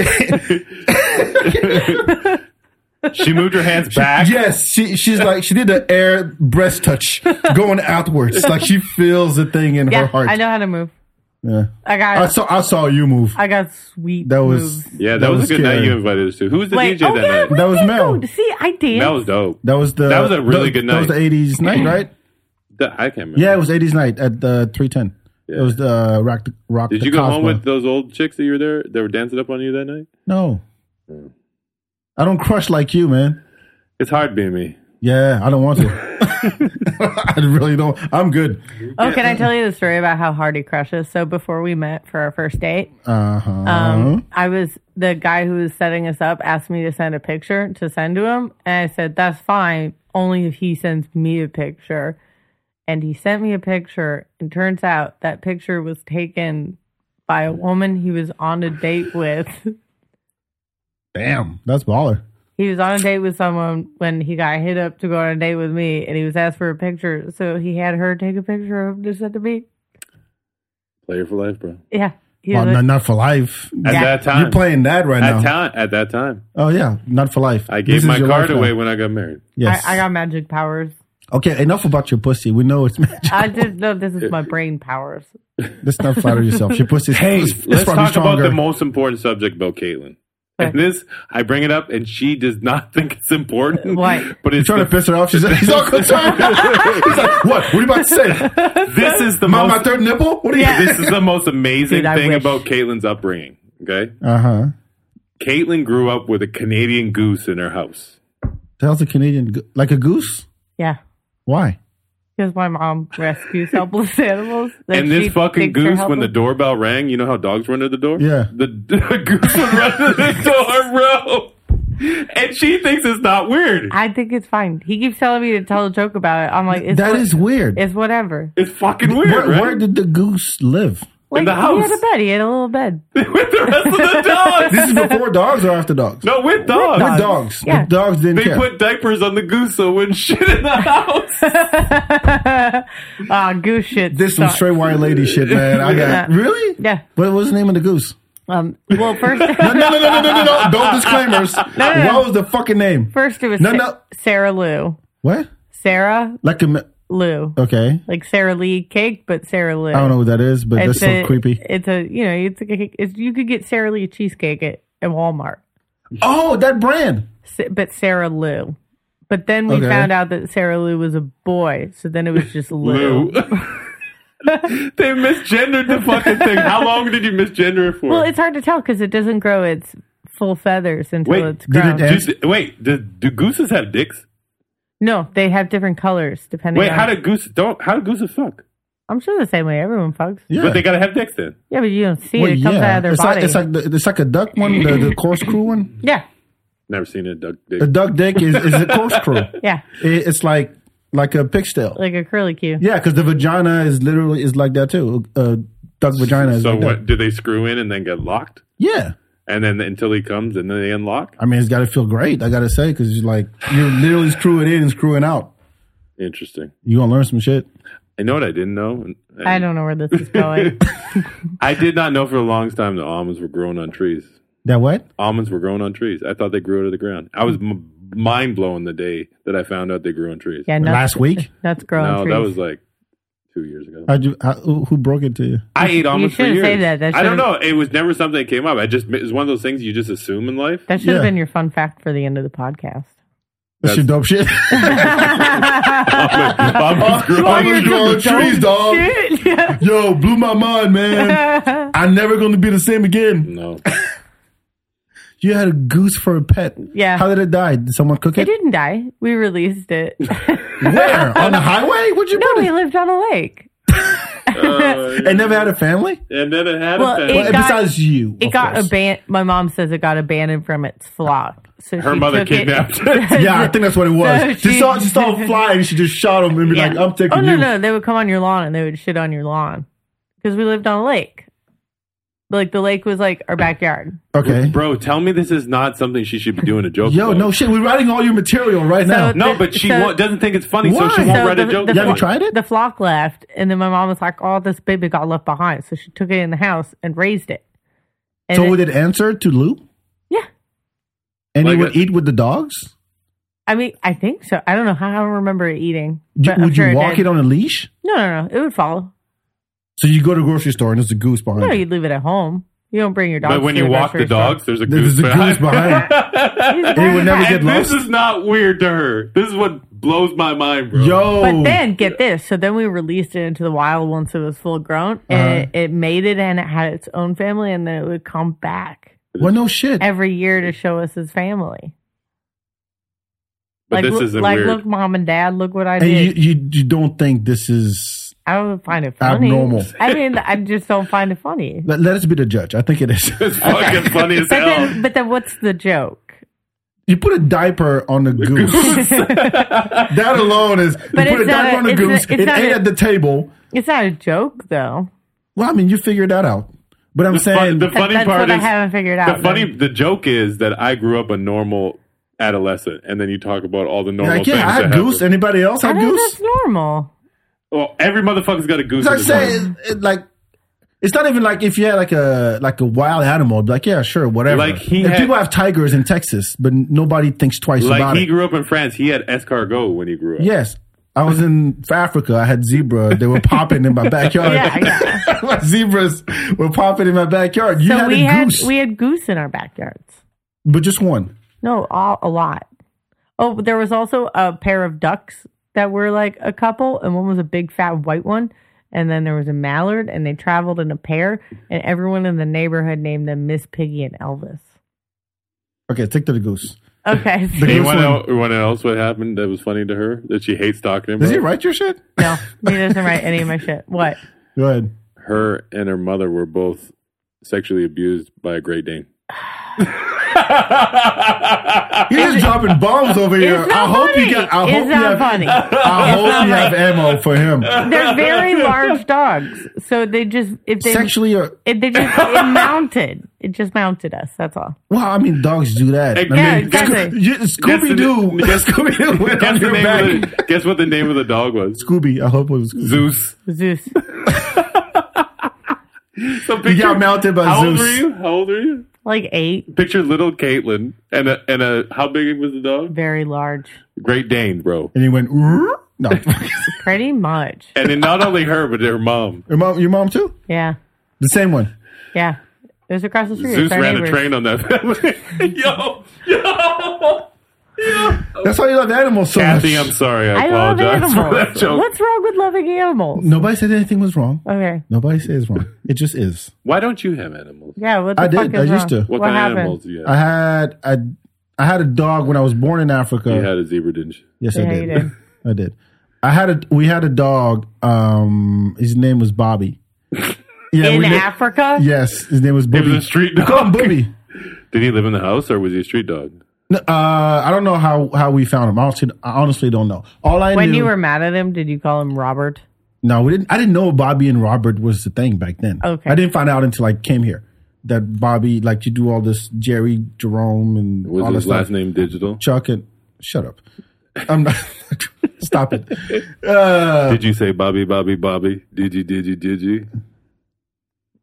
She moved her hands back. yes, she she's like she did the air breast touch going outwards, like she feels the thing in her Yeah, heart. I know how to move. Yeah. I got I saw I saw you move. I got sweet That was moves. Yeah, that, was, a good scary. night you invited us to. Who was the Wait, DJ oh that yeah, night? where That was did Mel. go? See, I danced. That was dope. That was the That was a really the- good That was night. the eighties night, right? That- I can't remember. Yeah, it was eighties night at the three ten. It was uh, rock the rock. Did the you go home Cosmo. with those old chicks that you were there? They were dancing up on you that night. No, I don't crush like you, man. It's hard being me. Yeah, I don't want to. I really don't. I'm good. Oh, can I tell you the story about how hard he crushes? So before we met for our first date, Uh huh. um, I was the guy who was setting us up asked me to send a picture to send to him, and I said that's fine, only if he sends me a picture. And he sent me a picture, and turns out that picture was taken by a woman he was on a date with. Damn, that's baller. He was on a date with someone when he got hit up to go on a date with me, and he was asked for a picture, so he had her take a picture of him to send to me. Player for life, bro. Yeah, he Well, was not, like, not for life. At Yeah. that time, You're playing that right at now. time at that time, oh yeah, not for life. I This gave is my your card life now. away when I got married. Yes. I, I got magic powers. okay, enough about your pussy. We know it's magic. I just know this is my brain powers. Let's not flatter yourself. Your pussy's Hey, it's, it's let's probably talk about stronger. the most important subject about Caitlin. And this, I bring it up, and she does not think it's important. Why? But You're it's trying to the- piss her off. She's like, he's all concerned. he's like, what? What are you about to say? this is the My, my most. third nipple? What are you? This is the most amazing Dude, I thing wish. about Caitlin's upbringing. Okay, Uh huh. Caitlin grew up with a Canadian goose in her house. The hell's a Canadian go- like a goose? Yeah, Why? because my mom rescues helpless animals. that and she this fucking thinks are goose, when the helpless. doorbell rang, you know how dogs run to the door? Yeah. The, the goose would run to the door, bro. And she thinks it's not weird. I think it's fine. He keeps telling me to tell a joke about it. I'm like, it's That what- is weird. it's whatever. It's fucking weird, where, right? where did the goose live? In the He house. had a bed. He had a little bed. with the rest of the dogs. This is before dogs or after dogs? no, with dogs. With dogs. Yeah. The dogs didn't They care. put diapers on the goose so it wouldn't shit in the house. Ah, goose shit. this some sucks. straight white lady shit, man. I got Yeah. really. Yeah. What was the name of the goose? Um. Well, first, No, no, no, no, no, no, no. Don't disclaimers. no, no. What was the fucking name? first it was No, Sa- no. Sarah Lou. What? Sarah Like a me- Lou. okay. Like Sarah Lee cake, but Sarah Lou. I don't know what that is, but that's so a, creepy. It's a you know it's, like a, it's you could get Sara Lee cheesecake at, at Walmart, Oh, that brand. S- but Sarah Lou. But then we Okay. found out that Sarah Lou was a boy, so then it was just Lou. Lou. they misgendered the fucking thing. How long did you misgender it for? Well, it's hard to tell because it doesn't grow its full feathers until Wait, it's did it grown. add- Just- wait, do, do gooses have dicks? no, they have different colors depending. Wait, on, how do goose don't? How do gooses fuck? I'm sure the same way everyone fucks. Yeah. But they gotta have dicks then. Yeah, but you don't see Well, it; it comes out of their it's body. like it's like the, it's like a duck one, the, the corkscrew one. yeah, Never seen a duck dick. The duck dick is, is a corkscrew. It, yeah, it's like like a pig's tail. like a curly cue. Yeah, because the vagina is literally is like that too. Uh, duck vagina is so like what? that. Do they screw in and then get locked? Yeah, And then until he comes and then they unlock? I mean it's got to feel great. I got to say because it's like you're literally screwing in and screwing out. Interesting. You gonna learn some shit. I know what I didn't know. and- and I don't know where this is going. I did not know for the longest time that almonds were grown on trees. That what? Almonds were grown on trees. I thought they grew out of the ground. I was m- mind blown the day that I found out they grew on trees. Yeah, nuts, Last week? nuts grow on no, trees. that was like two years ago. How'd you, how, who who broke it to you? I ate almonds for shouldn't years. say that. That I don't know. should've- It was never something that came up. I just it's one of those things you just assume in life. That should have Yeah. been your fun fact for the end of the podcast. That's, your dope shit. Almonds grew on Almonds grow on trees, dog. Yo, blew my mind, man. I'm never gonna be the same again. No. You had a goose for a pet. Yeah. How did it die? Did someone cook It it? didn't die. We released it. Where? On the highway? What'd you no, put we it? lived on a lake. Uh, It never had a family. and then it had Well, a it family. Well, got- besides you, It of got course. abandoned. My mom says it got abandoned from its flock. So Her she mother took it- kidnapped it. Yeah, I think that's what it was. So she she- saw she saw him fly and she just shot him and be Yeah. like, "I'm taking oh no, you." no, they would come on your lawn and they would shit on your lawn because we lived on a lake. Like the lake was like our backyard. Okay. Bro, tell me this is not something she should be doing a joke. Yo, about. no shit. We're writing all your material right now. No, The- but she so- won't, doesn't think it's funny, Why? so she won't So write a the- joke. the- you haven't about it. tried it? The flock left, and then my mom was like, "Oh, this baby got left behind," so she took it in the house and raised it. And so it- would it answer to Lou? Yeah. And Like it would a- eat with the dogs. I mean, I think so. I don't know how I don't remember it eating. You- But I'm would sure you walk did. it, on a leash? No, no, no. It would follow. So you go to a grocery store and there's a goose behind. No, you. you'd leave it at home. You don't bring your dog. But when you walk the dogs, there's a There's goose a goose behind. behind. they They would never get and this lost. is not weird to her. This is what blows my mind, bro. Yo. But then get this. So then we released it into the wild once it was full grown, Uh-huh. and it, it made it and it had its own family, and then it would come back well, no shit. every year to show us his family. but like, this look, isn't like, weird. look, mom and dad, look what I and you, did. you you don't think this is I don't find it funny. Abnormal. I mean, I just don't find it funny. let, let us be the judge. I think it is. it's fucking funny as But then, hell. but then, what's the joke? you put a diaper on the goose. that alone is. But you put a it's not diaper a- on the it's goose. not- it's it not ate a- at the table. It's not a joke though. Well, I mean, you figured that out. But I'm The fun- saying, the funny That's part what I is haven't figured the out. funny the joke is that I grew up a normal adolescent, and then you talk about all the normal like, yeah, I things. had that goose. happen. Anybody else I had think goose? that's normal. well, every motherfucker's got a goose. It's in like his say, house. it- it, like it's not even like if you had like a like a wild animal. it'd be Like yeah, sure, whatever. Like, he If had- people have tigers in Texas, but nobody thinks twice about Like he it. grew up in France, he had escargot when he grew up. Yes. I was in Africa. I had zebra. They were popping in my backyard. Yeah, yeah. my zebras were popping in my backyard. You So had we a had goose, we had goose in our backyards. but just one. No, all, a lot. Oh, but there was also a pair of ducks that were like a couple, and one was a big fat white one, and then there was a mallard, and they traveled in a pair, and everyone in the neighborhood named them Miss Piggy and Elvis. Okay, take to the goose. Okay, And you Goose want to know one. you wanna know else what happened that was funny to her? That she hates talking Does about? he write your shit? no, he doesn't write any of my shit. What? Go ahead. Her and her mother were both sexually abused by a Great Dane. You're just dropping bombs over here. It's I not hope funny. you got. I It's hope you not have. funny. I hope you have ammo for him. They're very large dogs, so they just if they Sexually, uh, or it, they just it mounted. It just mounted us. That's all. well, I mean, dogs do that. I Yeah, mean, exactly. Scooby Doo. Guess the- Scooby Doo went on Guess, the your name of back. the, guess what the name of the dog was? Scooby, I hope it was. Scooby. Zeus. Zeus. So He picture- got mounted by How old Zeus. were you? How old were you? Like eight, Picture little Caitlin and a and a how big was the dog? very large. Great Dane, bro. And he went. "Rrr." No, Pretty much. And then not only her, but her mom. your mom. Your mom too. Yeah. The same one. Yeah. It was across the street. Zeus It's our ran a neighbors. train on that family. yo, yo, That's why you love animals so Kathy, much. I'm sorry. I, I love apologize for that animals. joke. What's wrong with loving animals? Nobody said anything was wrong. Okay. Nobody says wrong. It just is. Why don't you have animals? Yeah. What the I fuck did. is I used wrong? to. What, What kind happened? of animals do you I have? had I, I had a dog when I was born in Africa. you had a zebra, didn't you? Yes, I Yeah, did. you did. I did. I had a we had a dog. Um, his name was Bobby. Yeah, In we did- Africa? Yes, his name was It was Bobby. a street We call him dog. Bobby. Did he live in the house or was he a street dog? No, Uh, I don't know how how we found him. Honestly, I honestly don't know. All I When knew, you were mad at him, did you call him Robert? no, we didn't. I didn't know Bobby and Robert was the thing back then. Okay. I didn't find out until I came here that Bobby like you do all this Jerry Jerome and Was all his this last stuff. name digital? Chuck and shut up. I'm not. stop it. Uh, Did you say Bobby, Bobby, Bobby? Did you, did you, did you?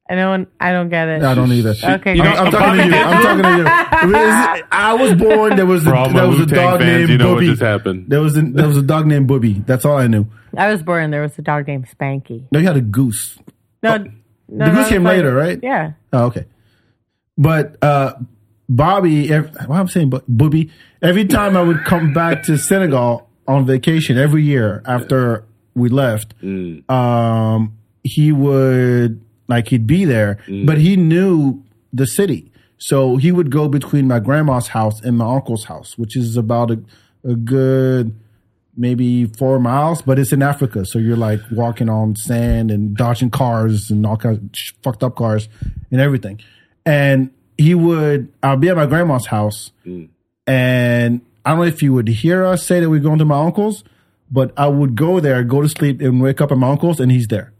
I don't. I don't get it. I don't either. Okay. You great. know, I'm talking to you. I'm talking to you. It was- I was born. There was a, For all my there was a Wu Tang dog fans, named you know what Booby. just happened. There was a, there was a dog named Booby. That's all I knew. I was born. There was a dog named Spanky. No, you had a goose. No. no Oh, the no, goose came it's like- later, right? Yeah. Oh, okay. But uh, Bobby, ev well, I'm saying Bo- Booby. Every time I would come back to Senegal on vacation every year after we left, um, he would like he'd be there, but he knew the city, so he would go between my grandma's house and my uncle's house, which is about a, a good maybe four miles, but it's in Africa, so you're like walking on sand and dodging cars and all kinds of sh- fucked up cars and everything. And he would, I'll be at my grandma's house, and I don't know if you would hear us say that we're going to my uncle's, but I would go there, go to sleep, and wake up at my uncle's, and he's there.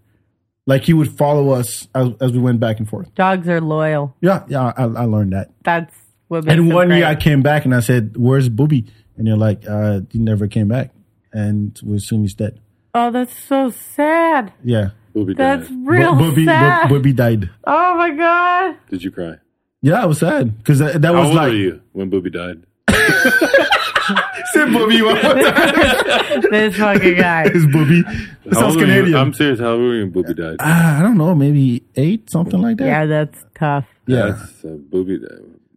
Like he would follow us as, as we went back and forth. Dogs are loyal. Yeah, yeah, I, I learned that. That's what. Makes And them one year great. I came back and I said, "Where's Booby?" And you're like, uh, "He never came back," and we assume he's dead. Oh, that's so sad. Yeah. Booby That's died. real Bo- Bobby, Bo- sad. Bobby died. Oh my god. Did you cry? Yeah, I was sad because that, that How was old like. were you when Booby died? Said Bobby one more time. This fucking guy. It's Bobby. It How sounds old were you- Canadian. I'm serious. How old were you when Booby died? Ah, I don't know, maybe eight, something like that. Yeah, that's tough. Yeah. That's uh, Booby died.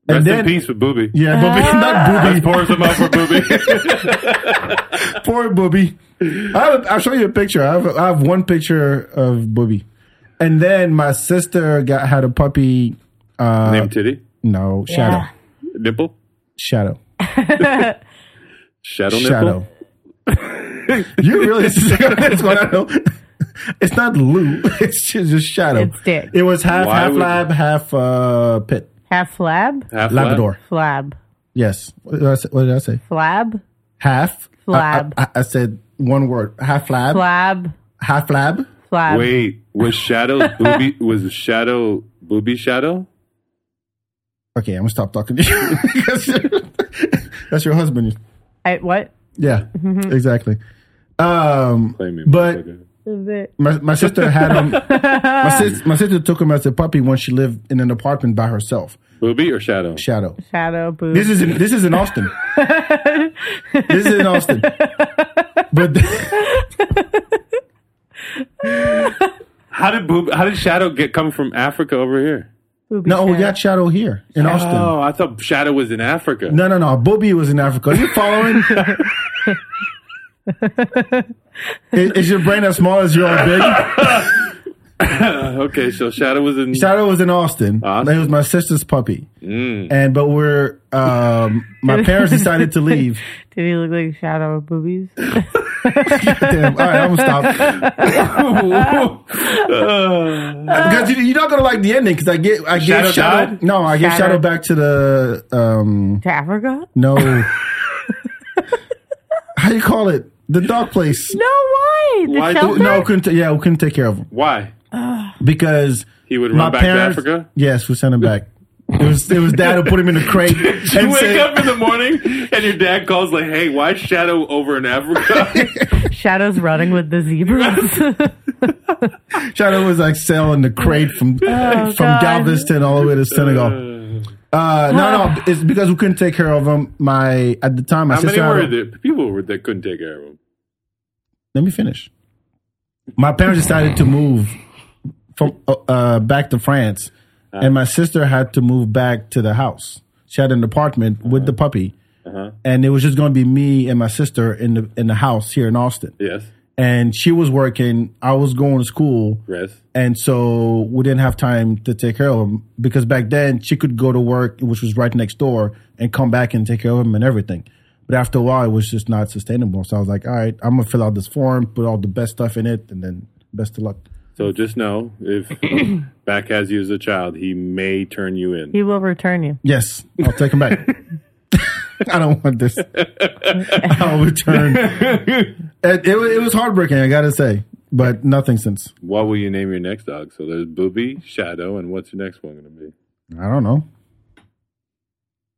Rest then- in peace with Booby. Yeah, Booby, Uh, Let's not Booby. pour some out for Booby. Poor Booby. I have, I'll show you a picture. I have, I have one picture of Booby. And then my sister got had a puppy. Uh, Name Titty. no, Shadow. Yeah. Nipple. Shadow. Shadow nipple. Shadow. you really sick on this one. I know. It's not Lou. It's just, just Shadow. It's Dick. It was half Why half would- lab, half uh, pit. Half flab? Half lab. Labrador. Flab. Yes. What did I say? What did I say? Flab? Half I- Flab. I, I, I said one word. Half lab. Flab. Half lab. Flab. Wait, was Shadow Booby? Was Shadow Booby Shadow? Okay, I'm gonna stop talking to you. Because that's your husband. I, what? Yeah, Mm-hmm. exactly. Um, Play me, but motherfucker. Is it? my, my sister had him. my, sis, my sister took him as a puppy when she lived in an apartment by herself. Booby or Shadow? Shadow. Shadow boob. This is in, this is in Austin. this is in Austin. But How did Boob? How did Shadow get come from Africa over here? Booby no, we shadow. got Shadow here in Austin. Oh, I thought Shadow was in Africa. No, no, no. Booby was in Africa. Are you following? is, is your brain as small as your own big? Okay, so Shadow was in. Shadow was in Austin. Austin. It was my sister's puppy. Mm. And but we're um, my parents decided to leave. Did he look like Shadow with boobies? Damn, all right, I'm gonna stop because you, you're not gonna like the ending. Because I get I get Shadow Shadow. died? no, I give Shadow- Shadow back to the um, to Africa? No. How you call it? The dog place. Oh, No, why? The Why do- shelter? No, couldn't. ta- yeah, we couldn't take care of him Why? because He would my run back parents. to Africa. Yes, we sent him back. It was it was dad who put him in a crate and You wake said, up in the morning and your dad calls like, "Hey, why is Shadow over in Africa?" Shadow's running with the zebras. Shadow was like selling the crate from from Oh, God. Galveston all the way to Senegal. Uh, no, no, it's because we couldn't take care of him. My at the time, my How many sister. had were a- there? People were that couldn't take care of him. let me finish. My parents decided to move from uh, uh, back to France, and my sister had to move back to the house. She had an apartment with the puppy, and it was just going to be me and my sister in the in the house here in Austin. Yes. And she was working, I was going to school, Yes. and so we didn't have time to take care of him because back then she could go to work, which was right next door, and come back and take care of him and everything. But after a while, it was just not sustainable. So I was like, all right, I'm gonna fill out this form, put all the best stuff in it, and then best of luck. So just know if back has you as a child, he may turn you in. he will return you. Yes, I'll take him back. I don't want this. I'll return. It, it, wa- it was heartbreaking, I gotta say, but nothing since. What will you name your next dog? So there's Booby, Shadow, and what's your next one going to be? I don't know.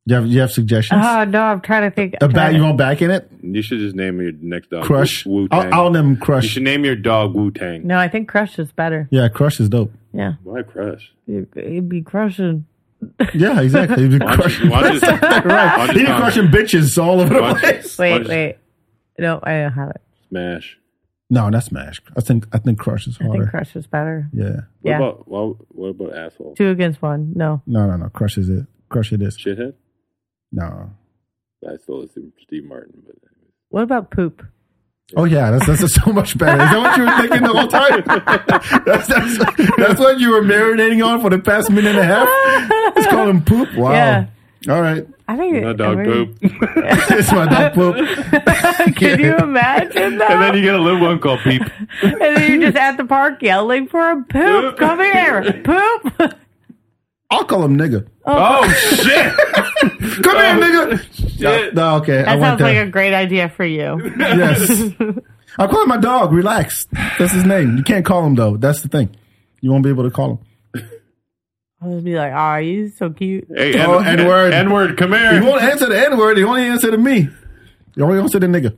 You have you have suggestions Oh no, I'm trying to think. I'm about trying you to- want back in it? You should just name your next dog Crush. Wu I'll, Tang. I'll name him You Crush. should name your dog Wu Tang. No, I think Crush is better. Yeah, Crush is dope. Yeah, Why Crush? it'd be crushing. Yeah, exactly. He's been Why don't crushing, you, why don't you, why right. don't He's you been call crushing bitches all over the Why don't you- place. Wait, Crush. wait. No, I don't have it. Smash. No, not smash. I think I think crush is I think harder. Crush is better. yeah. What Yeah. about what, what about asshole? Two against one. No. No, no, no. Crush is it. Crush it is. Shithead. No. I stole it from Steve Martin, but What about poop? Oh yeah, that's that's so much better. Is that what you were thinking the whole time? that's, that's that's what you were marinating on for the past minute and a half. It's called him poop. Wow. Yeah. All right. I think not dog I mean- poop. and it's my dog poop. Can you imagine that? then you get a little one called Peep. and then you're just at the park yelling for a poop. Come here, poop. I'll call him nigga. Oh shit! Come here, nigga. Uh, shit. No, okay. I That went sounds there. like a great idea for you. Yes. I call him my dog. Relax. That's his name. You can't call him though. That's the thing. You won't be able to call him. I'll just be like, "Oh, you so cute." Hey, Oh, N- N-word. N word, come He here. won't answer the N word. He only answer to me. He only answer to nigga.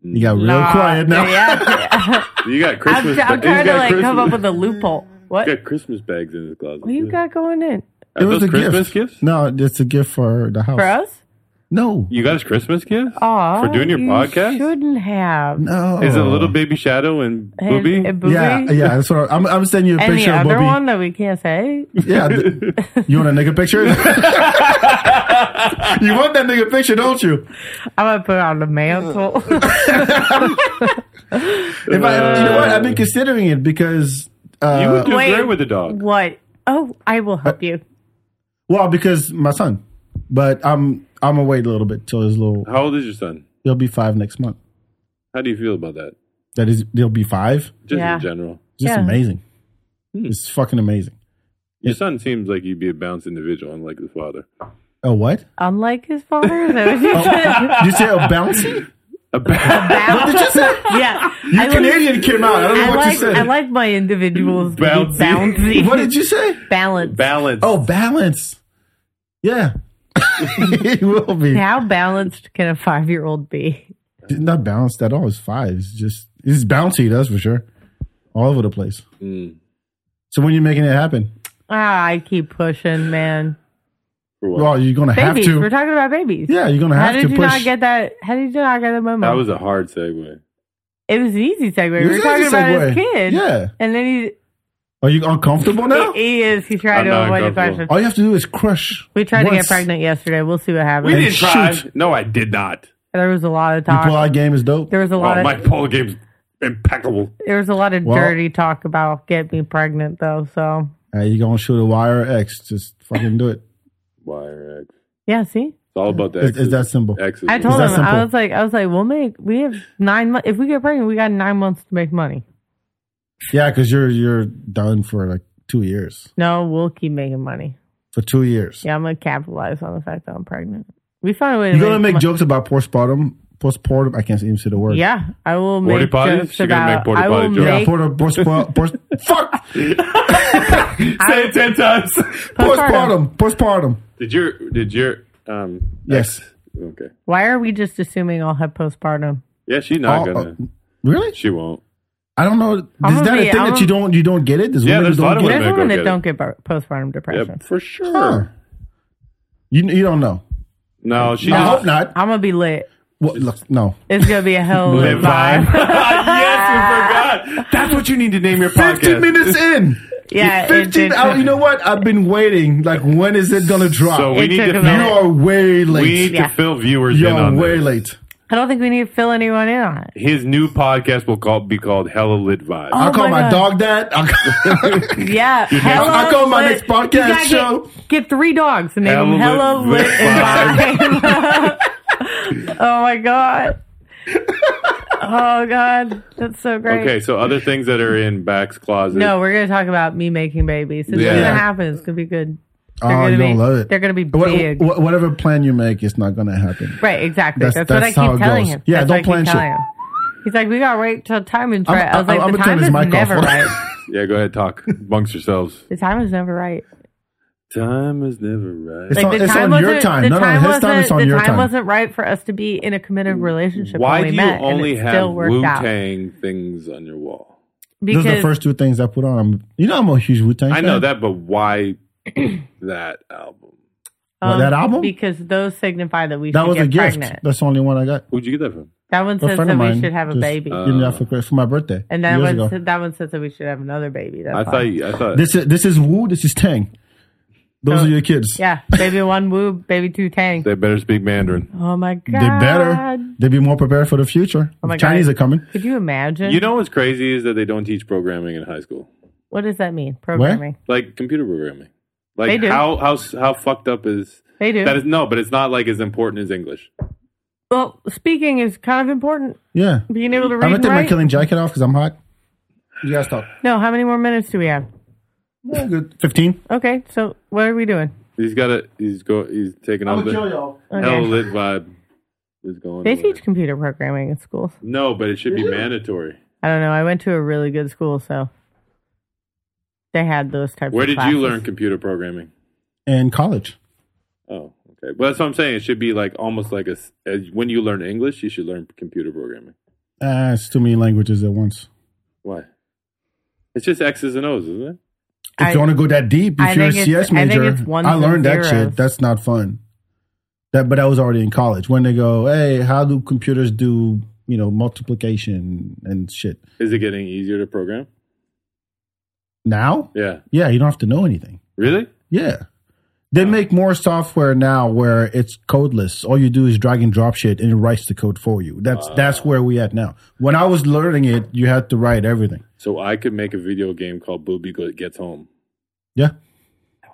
You got real Nah. quiet now. Yeah, You got I'm, Christmas. I'm ba- he's trying to got like Christmas- come up with a loophole. What? he's got Christmas bags in his closet. What you got going in Are It was those a Christmas gift. gifts? No, it's a gift for the house. for us? No. You got his Christmas gift Aw, for doing your you podcast. Shouldn't have. No. Is it little baby shadow and His- booby? uh, Booby? Yeah, yeah. That's what I- I'm, I'm sending you a And the picture of other Booby. one that we can't say. Yeah. th- you want a nigga picture? you want that nigga picture, don't you? I'm gonna put it on the mantle. If I, you know what? I've been considering it because, you would do Uh, Wait. great with the dog. what? Oh, I will Uh, help you. well, because my son. But I'm I'm gonna wait a little bit till his little. How old is your son? He'll be five next month. How do you feel about that? That is, he'll be five. Just Yeah. in general. Just Yeah. amazing. It's fucking amazing. Your son seems like he'd be a balanced individual, unlike his father. Oh, what? Unlike his father, is that what Oh. you said? You say a bouncy? A ba- Bounce. Yeah, You I like- Canadian came out. I don't know I what you like said. I like my individuals to be Bouncy. bouncy. what did you say? balance? balance. Oh, balance. Yeah. he will be. How balanced can a five year old be? Not balanced at all. It's five. It's just, it's bouncy, that's for sure. All over the place. Mm. So when you making it happen? Ah, I keep pushing, man. For what? Well, you're going to have Babies. We're to. talking about babies. Yeah, you're going to How have to did you not push. get that? How did you not get that moment? that was a hard segue. it was an easy segue. It We was were talking easy about segue. his kid. Yeah. And then he, Are you uncomfortable now? he, he is, he tried I'm to not avoid the uncomfortable. question. All you have to do is crush. We tried to once. get pregnant yesterday. We'll see what happens. We didn't shoot. try. No, I did not. There was a lot of Your talk. pull-out game is dope. there was a lot Oh, of my pole game's impeccable. there was a lot of Well- dirty talk about get me pregnant though. So Hey, you're going to shoot a wire X. Just fucking do it. Wire X. yeah, see, It's all about the It's, X's. it's that simple. X's. I told that him simple? I was like I was like we'll make we have nine months if we get pregnant we got nine months to make money. Yeah, because you're, you're done for like two years. No, we'll keep making money. For two years. Yeah, I'm gonna capitalize on the fact that I'm pregnant. We found a way. To You're gonna make mo- jokes about postpartum. Postpartum. I can't even say the word. Yeah, I will Porta make potties? jokes She gonna make about. porta I will potty jokes. Yeah. make Porta, postpa- post, fuck. Say it ten times. Postpartum. Postpartum. did your did your um Yes. X- okay. Why are we just assuming I'll have postpartum? Yeah, she's not All- gonna. uh, really? she won't. I don't know. Is I'm gonna that a be- thing I'm that you gonna- don't you don't get it? There's Yeah, women there's who a lot don't get of There's women women go that get it. don't get bar- postpartum Yeah, depression. for sure. it. Huh. You you don't know. No, she. I just- hope not. I'm gonna be lit. Well, look, no. It's gonna be a hell of a Live vibe. vibe. yes, we forgot. That's what you need to name your podcast. Fifteen minutes in. Yeah, it Fifteen. did- hours. you know what? I've been waiting. Like, when is it gonna drop? So we It need took to a you minute. fill, are way we need late. Yeah. to fill viewers in You're on way this. late. I don't think we need to fill anyone in on it. His new podcast will call, be called Hella Lit Vibes. I'll Oh call my my, God. dog that. I'll call- Yeah, hello. I call my lit- next podcast You gotta show- Get, get three dogs and name them Hella Hello Lit- Lit and Vibe. oh my god. Oh god, that's so great. okay, so other things that are in Back's closet. No, we're gonna talk about me making babies. It's Yeah. gonna happen. It's gonna be good. Oh, They're you're gonna gonna be- love it. they're gonna be What- big. wh- whatever plan you make, it's not gonna happen. Right, exactly. That's- That's, what I that's how it keep telling goes. him. Yeah, That's don't what I keep plan shit. telling him. He's like, we gotta wait till time is I'm- right. i was I'm- like, I'm the gonna turn time his is mic off. never right. Yeah, go ahead, talk amongst yourselves. The time is never right. Time is never right. It's Like on- the it's time on your wasn't- time. The No, no, time his time, wasn't- it's on the your time. wasn't right for us to be in a committed relationship. Why when we do you met, only and it still have worked Wu out? Tang things on your wall? Because Those are the first two things I put on. I'm, you know, I'm a huge Wu Tang. I know that, but why that album? What, that album? um, because those signify that we That should was get a gift. pregnant. That's the only one I got. Who'd you get that from? That one A says friend that of mine we should have a just baby, Uh, gave me that for, for my birthday. and that years one ago. said, that one says that we should have another baby. That's I all. thought. you- I thought. This is this is Wu. This is Tang. Those So- are your kids. Oh. yeah, baby one woo, baby two tang. they better speak Mandarin. Oh my god! They better. They be more prepared for the future. Oh my The Chinese God. are coming. Could you imagine? You know what's crazy is that they don't teach programming in high school, what does that mean? Programming. like computer programming. Like They do. how how how fucked up is They do. that? Is no, but it's not like as important as English. well, speaking is kind of important. Yeah. Being able to read I'm gonna and take my write. killing jacket off because I'm hot. You guys talk. no, how many more minutes do we have? Yeah, good. Fifteen. Okay, so what are we doing? He's got a he's go he's taking all the y'all. Okay. hell lit vibe is going. They away. teach computer programming in schools. no, but it should be mandatory. I don't know. I went to a really good school, so they had those types. Where of did classes. you learn computer programming? In college. Oh, okay. Well, that's what I'm saying. It should be like almost like a s- as when you learn English, you should learn computer programming. Ah, it's too many languages at once. Why? It's just X's and O's, isn't it? If I- you want to go that deep, if I you're a think CS it's- I think major, it's ones I learned and that zeros. shit. That's not fun. That, but I was already in college when they go, hey, how do computers do you know multiplication and shit? Is it getting easier to program? Now, Yeah. yeah, you don't have to know anything. Really? Yeah. They make more software now where it's codeless. All you do is drag and drop shit and it writes the code for you. That's that's where we at now. When I was learning it, you had to write everything. So I could make a video game called Booby Go- Gets Home. Yeah.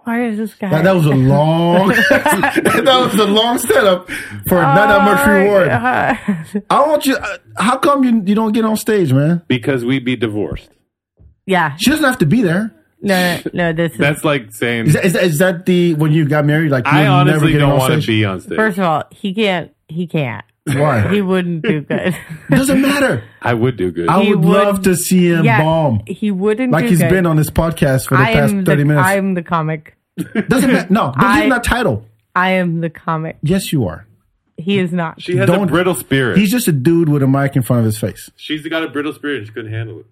Why is this guy? That, that was a long that was a long setup for not that much reward. Oh, God. I want you uh, how come you you don't get on stage, man? Because we'd be divorced. yeah. She doesn't have to be there. No, no, no, this is. That's like saying Is that, is that, is that the when you got married like I you'll honestly get don't on want to stage? be on stage. first of all, he can't. He can't. He Why? wouldn't do good. doesn't matter. I would do good. I He would, would- love to see him bomb. He wouldn't like do he's good. been on this podcast for the I past am 30 the, minutes. I'm the comic. Doesn't matter. No, don't give I- him that title. I am the comic. Yes, you are. He is not. she has a don't- brittle spirit. He's just a dude with a mic in front of his face. She's got a brittle spirit. and She couldn't handle it.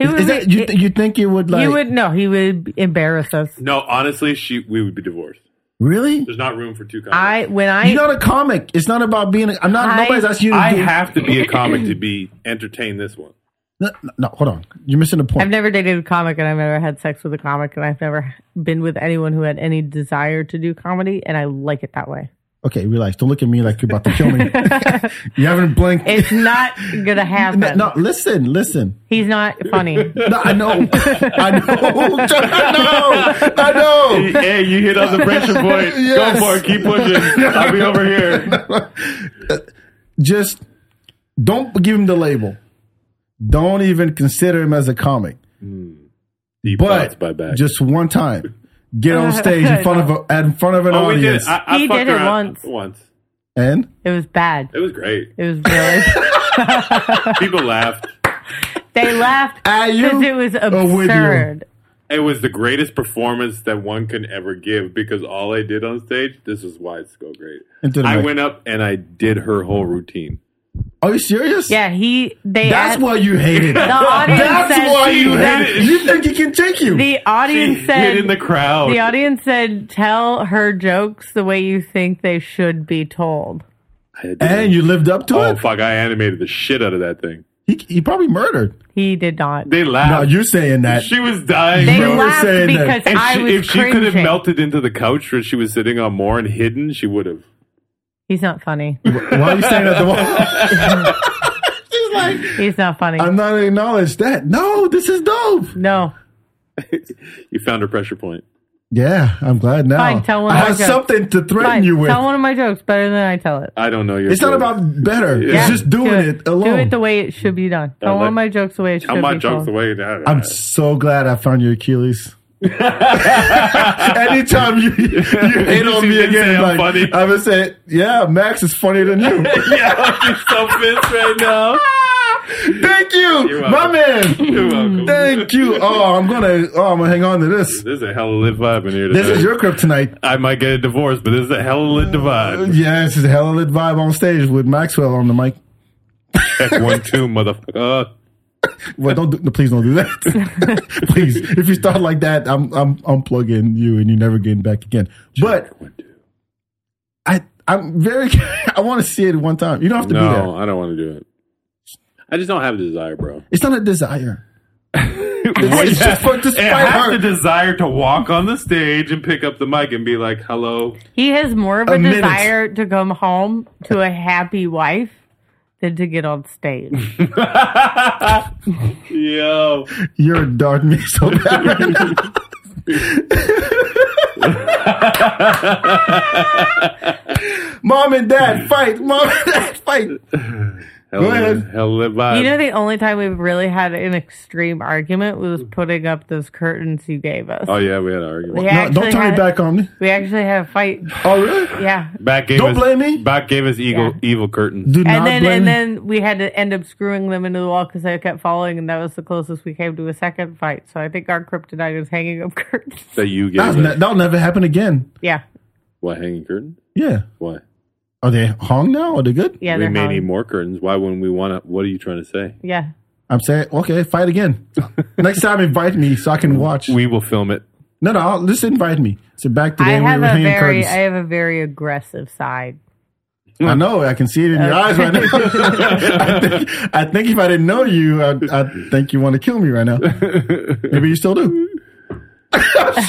He would. Is that, you, be- you think it would like. he Mm-hmm. would no. He would embarrass us. No, honestly, she we would be divorced. Really? There's not room for two comics. I when I You're not a comic. It's not about being. A, I'm not. I- nobody's asking you to I do- have to be a comic to be entertain this one. No, no, no, hold on. You're missing the point. I've never dated a comic and I've never had sex with a comic and I've never been with anyone who had any desire to do comedy and I like it that way. okay, relax. Don't look at me like you're about to kill me. you haven't blinked. It's not gonna happen. no, no, listen, listen. He's not funny. No, I know. I know. I know. I know. hey, you hit on the pressure point. Yes. Go for it. Keep pushing. I'll be over here. just don't give him the label. Don't even consider him as a comic. Deep thoughts But by back. just one time, get on stage in front of a, in front of an oh, we did. audience, it. I, I He fucked did it around once. Once. and It was bad. It was great. It was really. People laughed. they laughed Are you because it was or with you? absurd. It was the greatest performance that one can ever give because all I did on stage, this is why it's so great. into the I mic. went up and I did her whole routine. Are you serious? Yeah, he. They. That's asked- why you hate it. the audience That's said. why you that- hate it. You think he can take you? The audience said. Hit in the crowd. the audience said, "Tell her jokes the way you think they should be told." I did and it. you lived up to oh it. fuck! I animated the shit out of that thing. He, he probably murdered. He did not. They No, laughed. you're saying that. she was dying. They bro. were laughed saying that. because And I she, was if she could have cringing. melted into the couch that she was sitting on more and hidden, she would have. He's not funny. Why are you saying that? The wall? He's not funny. I'm not acknowledge that. No, this is dope. no. You found her pressure point. Yeah, I'm glad now. Fine, tell one I of my have jokes. something to threaten Fine. you with. Tell one of my jokes better than I tell it. I don't know your. It's not story. about better. Yeah. It's just doing do it. alone. Do it the way it should be done. Tell like- one of my jokes the way it should Tell be my jokes told. away. Nah, nah. I'm so glad I found your Achilles. Anytime you, you hit You on me didn't say again, I'm like, funny. I would say, yeah, Max is funnier than you. yeah, I'm so pissed right now. Thank you, You're my welcome. man. You're welcome. Thank you. Oh, I'm gonna. Oh, I'm gonna hang on to this. This is a hell of a lit vibe in here. Today. This is your kryptonite. I might get a divorce, but this is a hell of a lit divide. Yeah, this is a hell of a lit vibe on stage with Maxwell on the mic. Check one, two, motherfucker. Uh, Well, don't do, no, please don't do that. please, if you start like that, I'm I'm unplugging you and you're never getting back again. But One, two. I I'm very I want to see it one time. You don't have to be No, there. I don't want to do it. I just don't have the desire, bro. It's not a desire. Well, it's just for- just I fight have her. the desire to walk on the stage and pick up the mic and be like, "Hello." He has more of a, A minute. desire to come home to a happy wife than to get on stage. Yo, You're darting me so bad. right now. Mom and dad fight. Mom and dad fight. hell, ahead. hell live Um, you know, the only time we've really had an extreme argument was putting up those curtains you gave us. oh yeah, we had an argument. We No, actually don't turn had- it back on me. We actually had a fight. Oh really? Yeah. Back gave Don't us, blame me. Back gave us evil, evil curtains. Do not And then blame and me. then we had to end up screwing them into the wall because I kept falling, and that was the closest we came to a second fight. So I think our kryptonite is hanging up curtains. that you gave That's us. ne- that'll never happen again. Yeah, what hanging curtain? Yeah. Why? Are they hung now? Are they good? yeah, we they're may hung. need more curtains. Why wouldn't we want to? What are you trying to say? Yeah, I'm saying, okay, fight again. Next time, invite me so I can watch. We will film it. No, no, I'll, just invite me. So back to the I we have were a hanging very, I curtains. have a very aggressive side. I, know. I can see it in your eyes right now. I, think, I think if I didn't know you, I, I think you want to kill me right now. Maybe you still do. I'm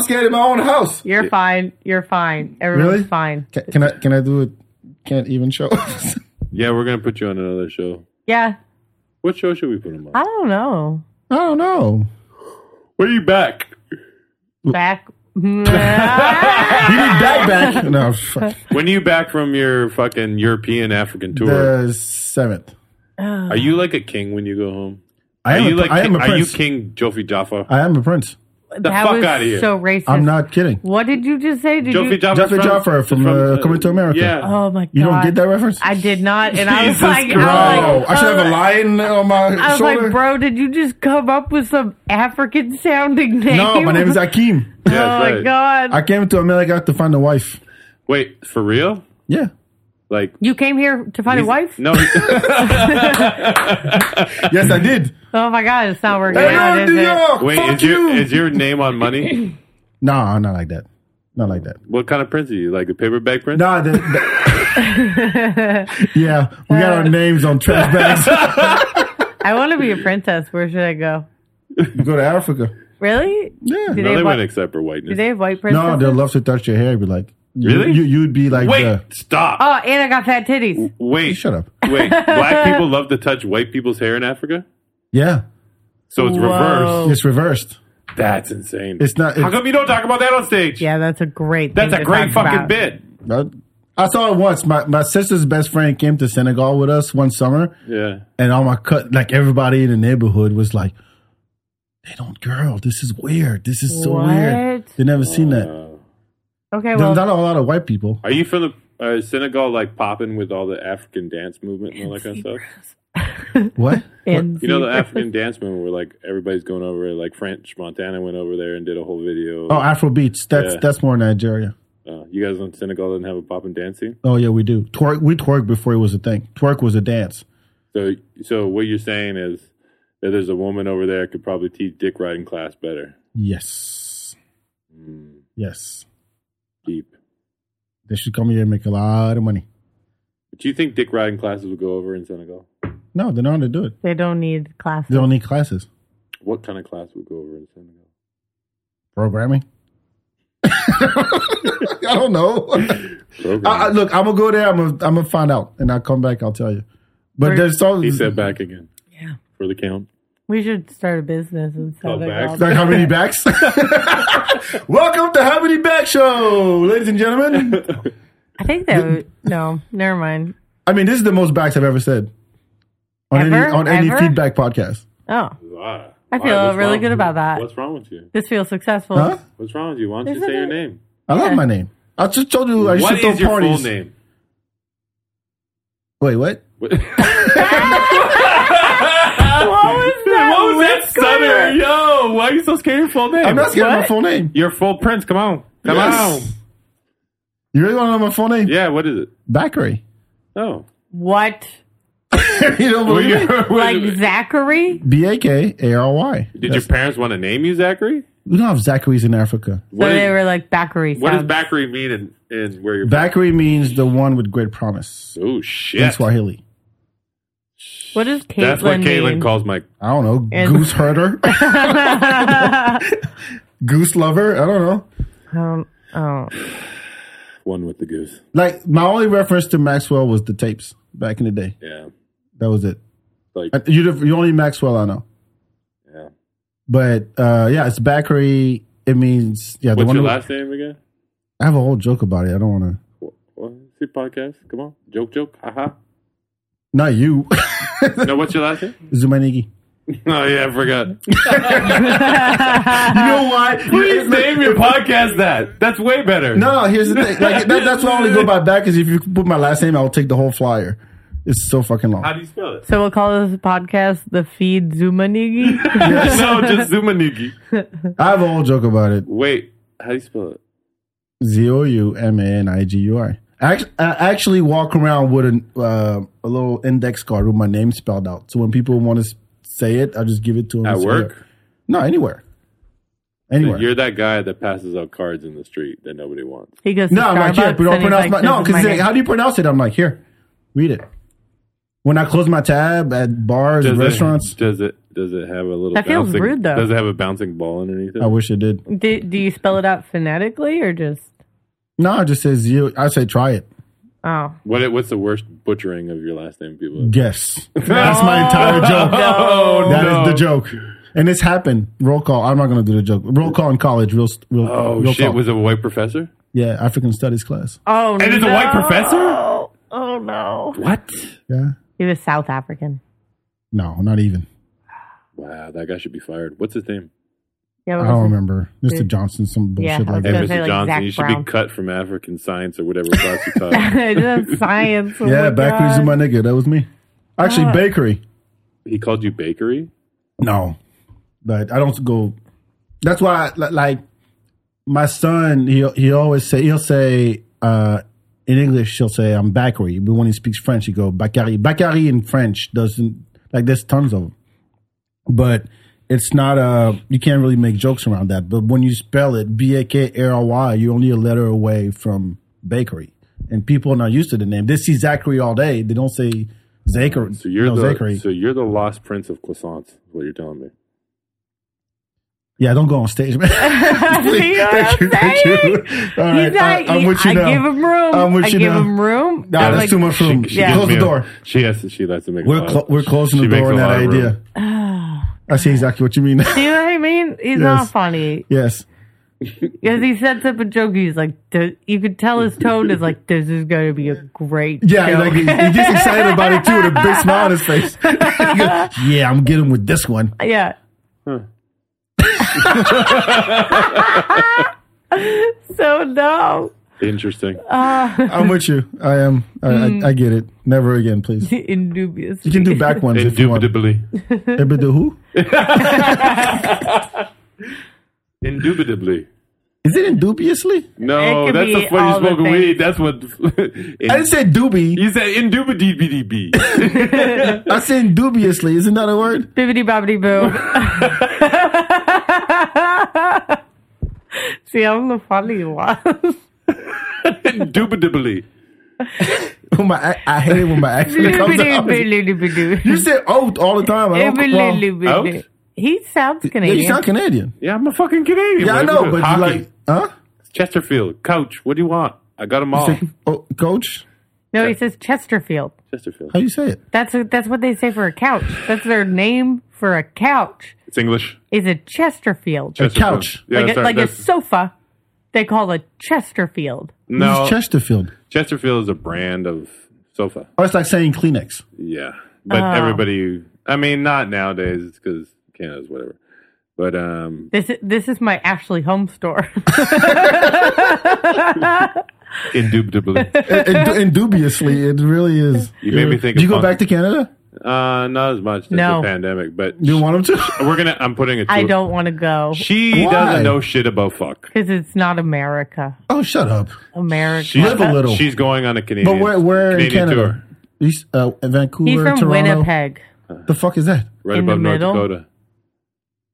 scared in my own house. You're fine. You're fine. Everyone's Really? fine. Can, can I? Can I do it? Can't even show. I Yeah, we're gonna put you on another show. Yeah. What show should we put him on? I don't know. don't know. What are you back? Back. You need that back. No, fuck. When are you back from your fucking European African tour? The seventh. Are you like a king when you go home? I are am. you A, like I am a are you prince. King Jofi Jaffa? I am a prince. the that fuck was outta here. so racist. I'm not kidding. What did you just say? Did you? Jofi Jaffa, Joffrey Jaffa from, uh, Coming to America. Yeah. Oh my god! You don't get that reference? I did not, and I was Jesus like, I Bro, was like, I should have a lion on my I was shoulder. like, bro, did you just come up with some African sounding name? no, my name is Akeem. Oh Yeah, my right. god! I came to America to find a wife. Wait, for real? Yeah. Like you came here to find a wife? No. Yes, I did. Oh my god, it's not working out, Hello, is New it? York. Wait, Fuck is your you. is your name on money? No, not like that. Not like that. What kind of prince are you? Like a paper bag prince? Nah, the, the- yeah, we got our names on trash bags. I want to be a princess. Where should I go? Go to Africa. Really? Yeah. Do they, no, they, have wouldn't white, accept her do whiteness. they have white No, princesses? they'll love to touch your hair. Be like, you- Really? You, you, would be like, Wait, the- stop. Oh, and I got fat titties. Wait, shut up. Wait, black people love to touch white people's hair in Africa, Yeah, so it's Whoa. reversed. Oh. it's reversed. That's insane. It's not. How come you don't talk about that on stage? Yeah, that's a great. That's thing to a great talk fucking about. bit. But I saw it once. My my sister's best friend came to Senegal with us one summer, Yeah. and all my cut like everybody in the neighborhood was like, "They don't, girl. This is weird. This is so weird. What? They never seen that. Okay, There's well, not a lot of white people. Uh, Are you from the uh, Senegal, like popping with all the African dance movement and all that kind of stuff? What? and You know, the African dance movement where like everybody's going over, like French Montana went over there and did a whole video. Oh, Afro beats. That's Yeah. that's more Nigeria. Uh, you guys in Senegal didn't have a popping dance scene? Oh yeah, we do. Twerk. We twerk before it was a thing. Twerk was a dance. So, so what you're saying is that there's a woman over there could probably teach dick riding class better. Yes. Yes. Deep. They should come here and make a lot of money. Do you think dick riding classes would go over in Senegal? No, they know how to do it. they don't need They classes. don't need classes. What kind of class would go over in Senegal? Programming. I don't know. Uh, I, I, Programming. look, I'm gonna go there. I'm gonna, I'm gonna find out, and I'll come back. I'll tell you. But Right. there's so he said back again. Yeah. For the count. We should start a business in Oh, Senegal. bags. like how many backs? Welcome to How Many Back Show, ladies and gentlemen. I think that would, no, never mind. I mean, this is the most backs I've ever said on any Ever? on any Ever? feedback podcast. Oh, Wow. I Why? feel What's really wrong good with about you? that. What's wrong with you? this feels successful. Huh? What's wrong with you? Why don't you Isn't say your it- name? I love Yeah. my name. I just told you I used What to throw is your parties. full name? Wait, what? What, what What was that? was that stutter? Yo, why are you so scared of your full name? I'm not scared of my What? full name. You're full prince. Come on. Come Yes. on. You really want to know my full name? Yeah, what is it? Bakary. Oh. What? you don't Well, believe you're- me? Like Zachary? B A K A R Y. Did your parents want to name you Zachary? We don't have Zachary's in Africa. So What, they is, were like Zachary. what does sounds. Bakri mean and in, where you're Bakary means the one with great promise Oh, in shit. Swahili. What does Caitlin That's what Caitlin mean? calls my. I don't know. And- goose herder, goose lover. I don't know. Um, oh, One with the goose. Like my only reference to Maxwell was the tapes back in the day. Yeah. That was it. Like, Uh, You the only Maxwell I know. yeah. But uh, yeah, it's Bakary. It means yeah. the What's one your who- last name again? I have a whole joke about it. I don't want to. What, what? It's your podcast. Come on. Joke, joke. Haha. Not you, No, what's your last name? Zumanigi. Oh, yeah, I forgot. You know why? Please name your podcast that. That's way better. No, no. Here's the thing. Like that, that's why I only go by back. Is if you put my last name, I'll take the whole flyer. It's so fucking long. How do you spell it? so we'll call this podcast the Feed Zumanigi. no, just Zumanigi. I have a whole joke about it. Wait, how do you spell it? Z o u m a n i g u i. Act- I actually walk around with an, uh, a little index card with my name spelled out. So when people want to say it. I'll just give it to him. At and say work? it. No, anywhere. Anywhere. You're that guy that passes out cards in the street that nobody wants. He goes. To no, I'm like, here, Starbucks but don't and he's pronounce my, like, no, this is because my name. how do you pronounce it? I'm like, here, read it. When I close my tab at bars, Does restaurants, It, does it does it have a little? That feels bouncing- rude, though. Does it have a bouncing ball underneath it? I wish it did. Do, do you spell it out phonetically or just? No, it just says you. I say try it. Oh, What what's the worst butchering of your last name, people? Yes, that's my entire joke. No. That is Oh, no. the joke, and it's happened. Roll call. I'm not gonna do the joke. Roll call in college. Real. st- real Oh real shit! talk. Was it a white professor? yeah, African Studies class. oh, And it's a white no. professor? Oh no, What? Yeah. he was South African. No, not even. Wow, that guy should be fired. What's his name? Yeah, I what don't was remember. Mr. Dude. Johnson, some Yeah, bullshit I like was Hey, gonna that. say, Mr. like, Johnson, Zach you should Brown. be cut from African science or whatever class you taught. it? That's science. Oh Yeah, my bakeries God. is my nigga. That was me. Actually, Ah. bakery. he called you bakery. No, but I don't go. That's why, I- li- like, my son, he he always say he'll say uh, in English, he'll say I'm bakery, but when he speaks French, he go Bacari. Bacari in French doesn't like. There's tons of them, but it's not a. You can't really make jokes around that. But when you spell it B A K R R Y, you're only a letter away from bakery, and people are not used to the name. They see Zachary all day. They don't say. Zachary. So you're no, the Zachary. so you're the lost prince of croissants. Is what you're telling me? Yeah, don't go on stage, man. See what I'm All He's right, I, not- I'm with you I now. give him room. I'm with I you give now. him room. Nah, I'm that's like, too much room. She- she Yeah. gives Close the me a- door. she has to, she lets him make. a We're lot- clo- we're closing she the makes door on a that lot of room. idea. Oh. I see exactly what you mean. Do you know what I mean? He's not Yes. funny yes. because he sets up a joke. He's like, "Th- you could tell his tone is like, this is going to be a great Yeah, joke. exactly. He gets excited about it too with a big smile on his face. He goes, yeah, I'm getting with this one. Yeah. so no. Interesting. Um, I'm with you. I am. I, Mm. I, I get it. Never again, please. Indubious. You can do back ones if you want. Indubitably. Ever do who? Indubitably. Is it indubiously? It No, could that's be the all funny the smoking things. weed. That's what. I didn't say doobie. you said indubitably. I said indubiously. Isn't that a word? Bibbity bobbity boo. See, I'm the funny one. indubitably. When my, I, I hate it when my accent comes out. You Bibbidi-bibbidi-bibbidi. say oat all the time. I don't, well, Bibbidi-bibbidi. out? He sounds yeah, Canadian. you sound Canadian. Yeah, I'm a fucking Canadian. Yeah, I What know, is but it? you Hockey. like, huh? Chesterfield, coach. What do you want? I got them all. Say, oh, coach, no, he says Chesterfield. Chesterfield. how do you say it? That's that's what they say for a couch. That's their name for a couch. It's English. Is a Chesterfield. Chesterfield. couch. Yeah, like a, sorry, like a that's- sofa, they call a Chesterfield. This no. is Chesterfield. Chesterfield is a brand of sofa. Oh, it's like saying Kleenex. Yeah, but Oh. everybody. I mean, not nowadays because Canada's whatever. But um, This is, this is my Ashley home store. indubitably. It- it- Indubiously, it really is. You made me think Do you of go fun. back to Canada? uh, not as much. That's No. the pandemic, but Do you want them to? we're gonna. I'm putting a. I tour- don't want to go She Why? doesn't know shit about fuck. because it's not America. Oh, shut up. America. She's, Live a little. She's going on a Canadian. But where? Where in Canadian Canada? Tour, East, uh, Vancouver, He's from Toronto. Winnipeg. The fuck is that? right In above the North middle? Dakota.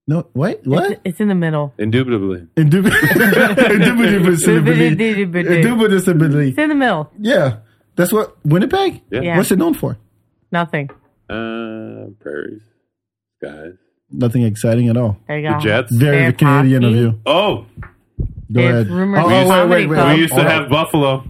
No, wait, what? It's, it's in the middle. Indubitably. Indubi- Indubitably. It's Indubitably. in the middle. Yeah, that's what Winnipeg. Yeah. Yeah. What's it known for? Nothing. Uh, prairies, guys, Nothing exciting at all. There you the go. Jets. Very Fair Canadian of hockey. you. Oh, Go It's ahead. rumored Oh, to be oh, wait, comedy wait, wait. club. we used to Hold on. have buffalo.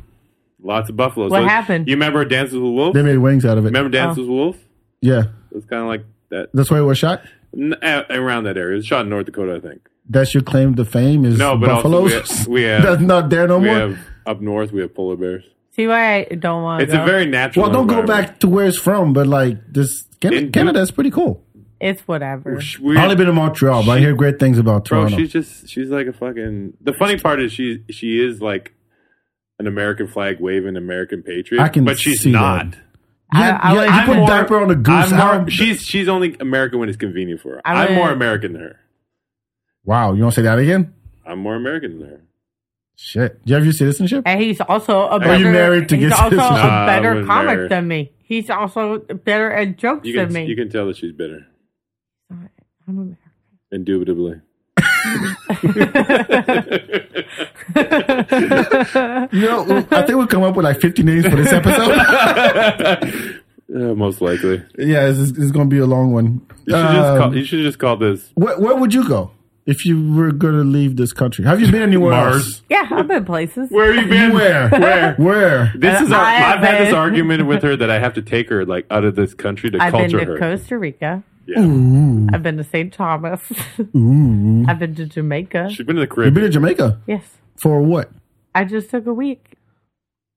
Lots of buffalo. What happened? You remember Dances with Wolves? They made wings out of it. Remember Dances Oh. with Wolves? Yeah, It was kind of like that. that's why it was shot. N- a- around that area. It was shot in North Dakota, I think. That's your claim to fame is No, but also buffaloes. we have- we have- that's not there no we more. have up north. We have polar bears. See why I don't want to It's a very natural. well, don't go environment. back to where it's from, but like this Canada, In- Canada is pretty cool. It's whatever. Sh- we- I've only been to Montreal, but I hear great things about Bro, Toronto. she's just she's like a fucking. The funny part is she she is like an American flag waving American patriot. I can but she's see not. that. I- I yeah, would- you I'm put more- diaper on a goose. I I'm more, don't- she's she's only American when it's convenient for her. I I'm more would- American than her. wow, you want to say that again? I'm more American than her. Shit, do you have your citizenship? And he's also a better. you married to he's get also citizenship? Nah, a I better wasn't comic married. than me. He's also better at jokes You than can me. you can tell that she's bitter. I'm American. Indubitably. You know, I think we'll come up with like 50 names for this episode. Yeah, Uh, most likely. You yeah, it's, it's going to be a long one. should, just Um, call, you should just call this where, where would you go if you were going to leave this country? Have you been anywhere else? Mars. Yeah, I've been places. Where you been? Where? Where? Where? This is. Our, I have I've had this been- argument with her that I have to take her like out of this country to I've been culture to her. Costa Rica. Yeah. I've been to St. Thomas. I've been to Jamaica. She's been to You've been to the Caribbean. Jamaica Yes. for what? I just took a week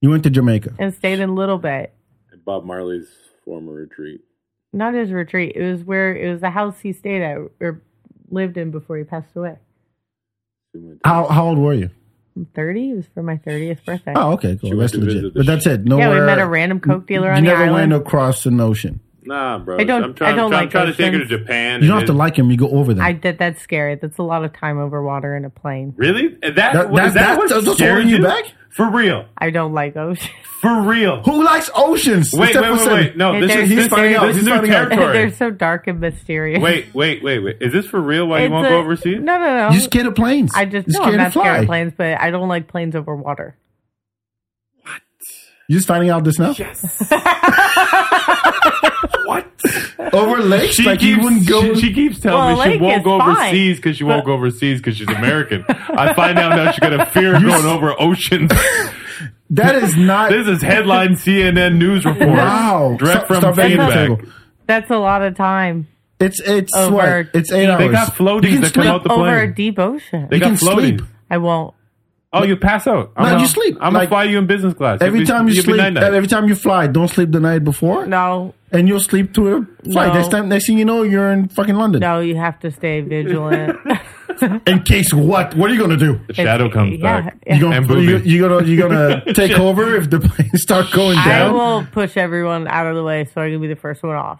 You went to Jamaica. and stayed in Little Bay. Bob Marley's former retreat. Not his retreat. It was where it was the house he stayed at or lived in before he passed away. She went to- How how old were you? I'm 30. It was for my 30th birthday. Oh, okay, cool. She went That's to legit. visit the But that's it. yeah, Nowhere. we met a random Coke dealer you on the never went island. across an ocean. Nah, bro. I don't- I'm trying, I don't I'm like trying to take her to oceans. Japan. You and don't have to then- like him. You go over them. I did. That's scary. That's a lot of time over water in a plane. Really? And That- that, that, that- that, that- what that's what's scared holding you back? For real. I don't like oceans. For real. Who likes oceans? Wait, Except wait, for wait, Sammy. wait. No, Hey, this there- is He's this, finding out. this He's is new finding out. They're territory. so dark and mysterious. wait, wait, wait, wait. Is this for real? Why you It's won't a- go overseas? No, no, no. You scared of planes? I just you no. scared I'm to not fly. scared of planes, but I don't like planes over water. You just finding out this now? Yes. what? Over lakes, She like you keeps, wouldn't go. she, she keeps telling Well, me she Lake is won't go fine, overseas because she won't go overseas because she's American. I find out now she's got a fear of going over oceans. that is not. this is headline CNN news report. wow. Direct Stop- from stop banging the feedback. table. That's a lot of time It's it's Over- what? It's eight hours. They got floaties You can that come sleep. out the over plane. a deep ocean. They can got floating. sleep. I won't. Oh, you pass out. I'm No, gonna- you sleep. I'm Like, gonna fly you in business class. Every You'll be- time you you'll be sleep, night-night. every time you fly, don't sleep the night before, No, and you'll sleep through a flight. No. Next time, next thing you know, you're in fucking London. no. You have to stay vigilant. In case what? What are you gonna do? the shadow comes yeah, back. yeah. You gonna And you, booby. you gonna you gonna take over if the planes start going I down? will push everyone out of the way so I can be the first one off.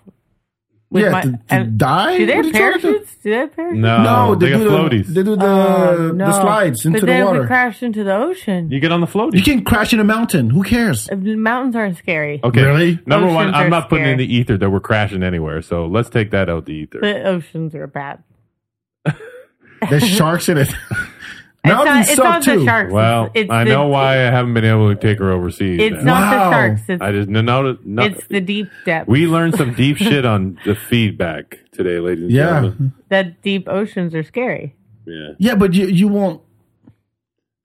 With yeah, my- to, to and- die. Do they What are have you trying to do? parachutes? Do they have parachutes? No, No, Oh, they, they, got do floaties. the, they do the, Oh, no. the slides into but the then water. we crash into the ocean. you get on the floaties. you can crash in a mountain. Who cares? The Mountains aren't scary. okay, Really? Number Oceans one, are I'm not putting in scary. the ether that we're crashing anywhere. So let's take that out the ether. The oceans are bad. There's sharks in it. It's not, Mountains it's suck not too. the sharks. well, it's, it's I the, know why I haven't been able to take her overseas. It's now. not Wow. the sharks. It's, I just no, no, no it's the deep depth. We learned some deep shit on the feedback today, ladies and Yeah, gentlemen. that deep oceans are scary. Yeah. yeah, but you you won't.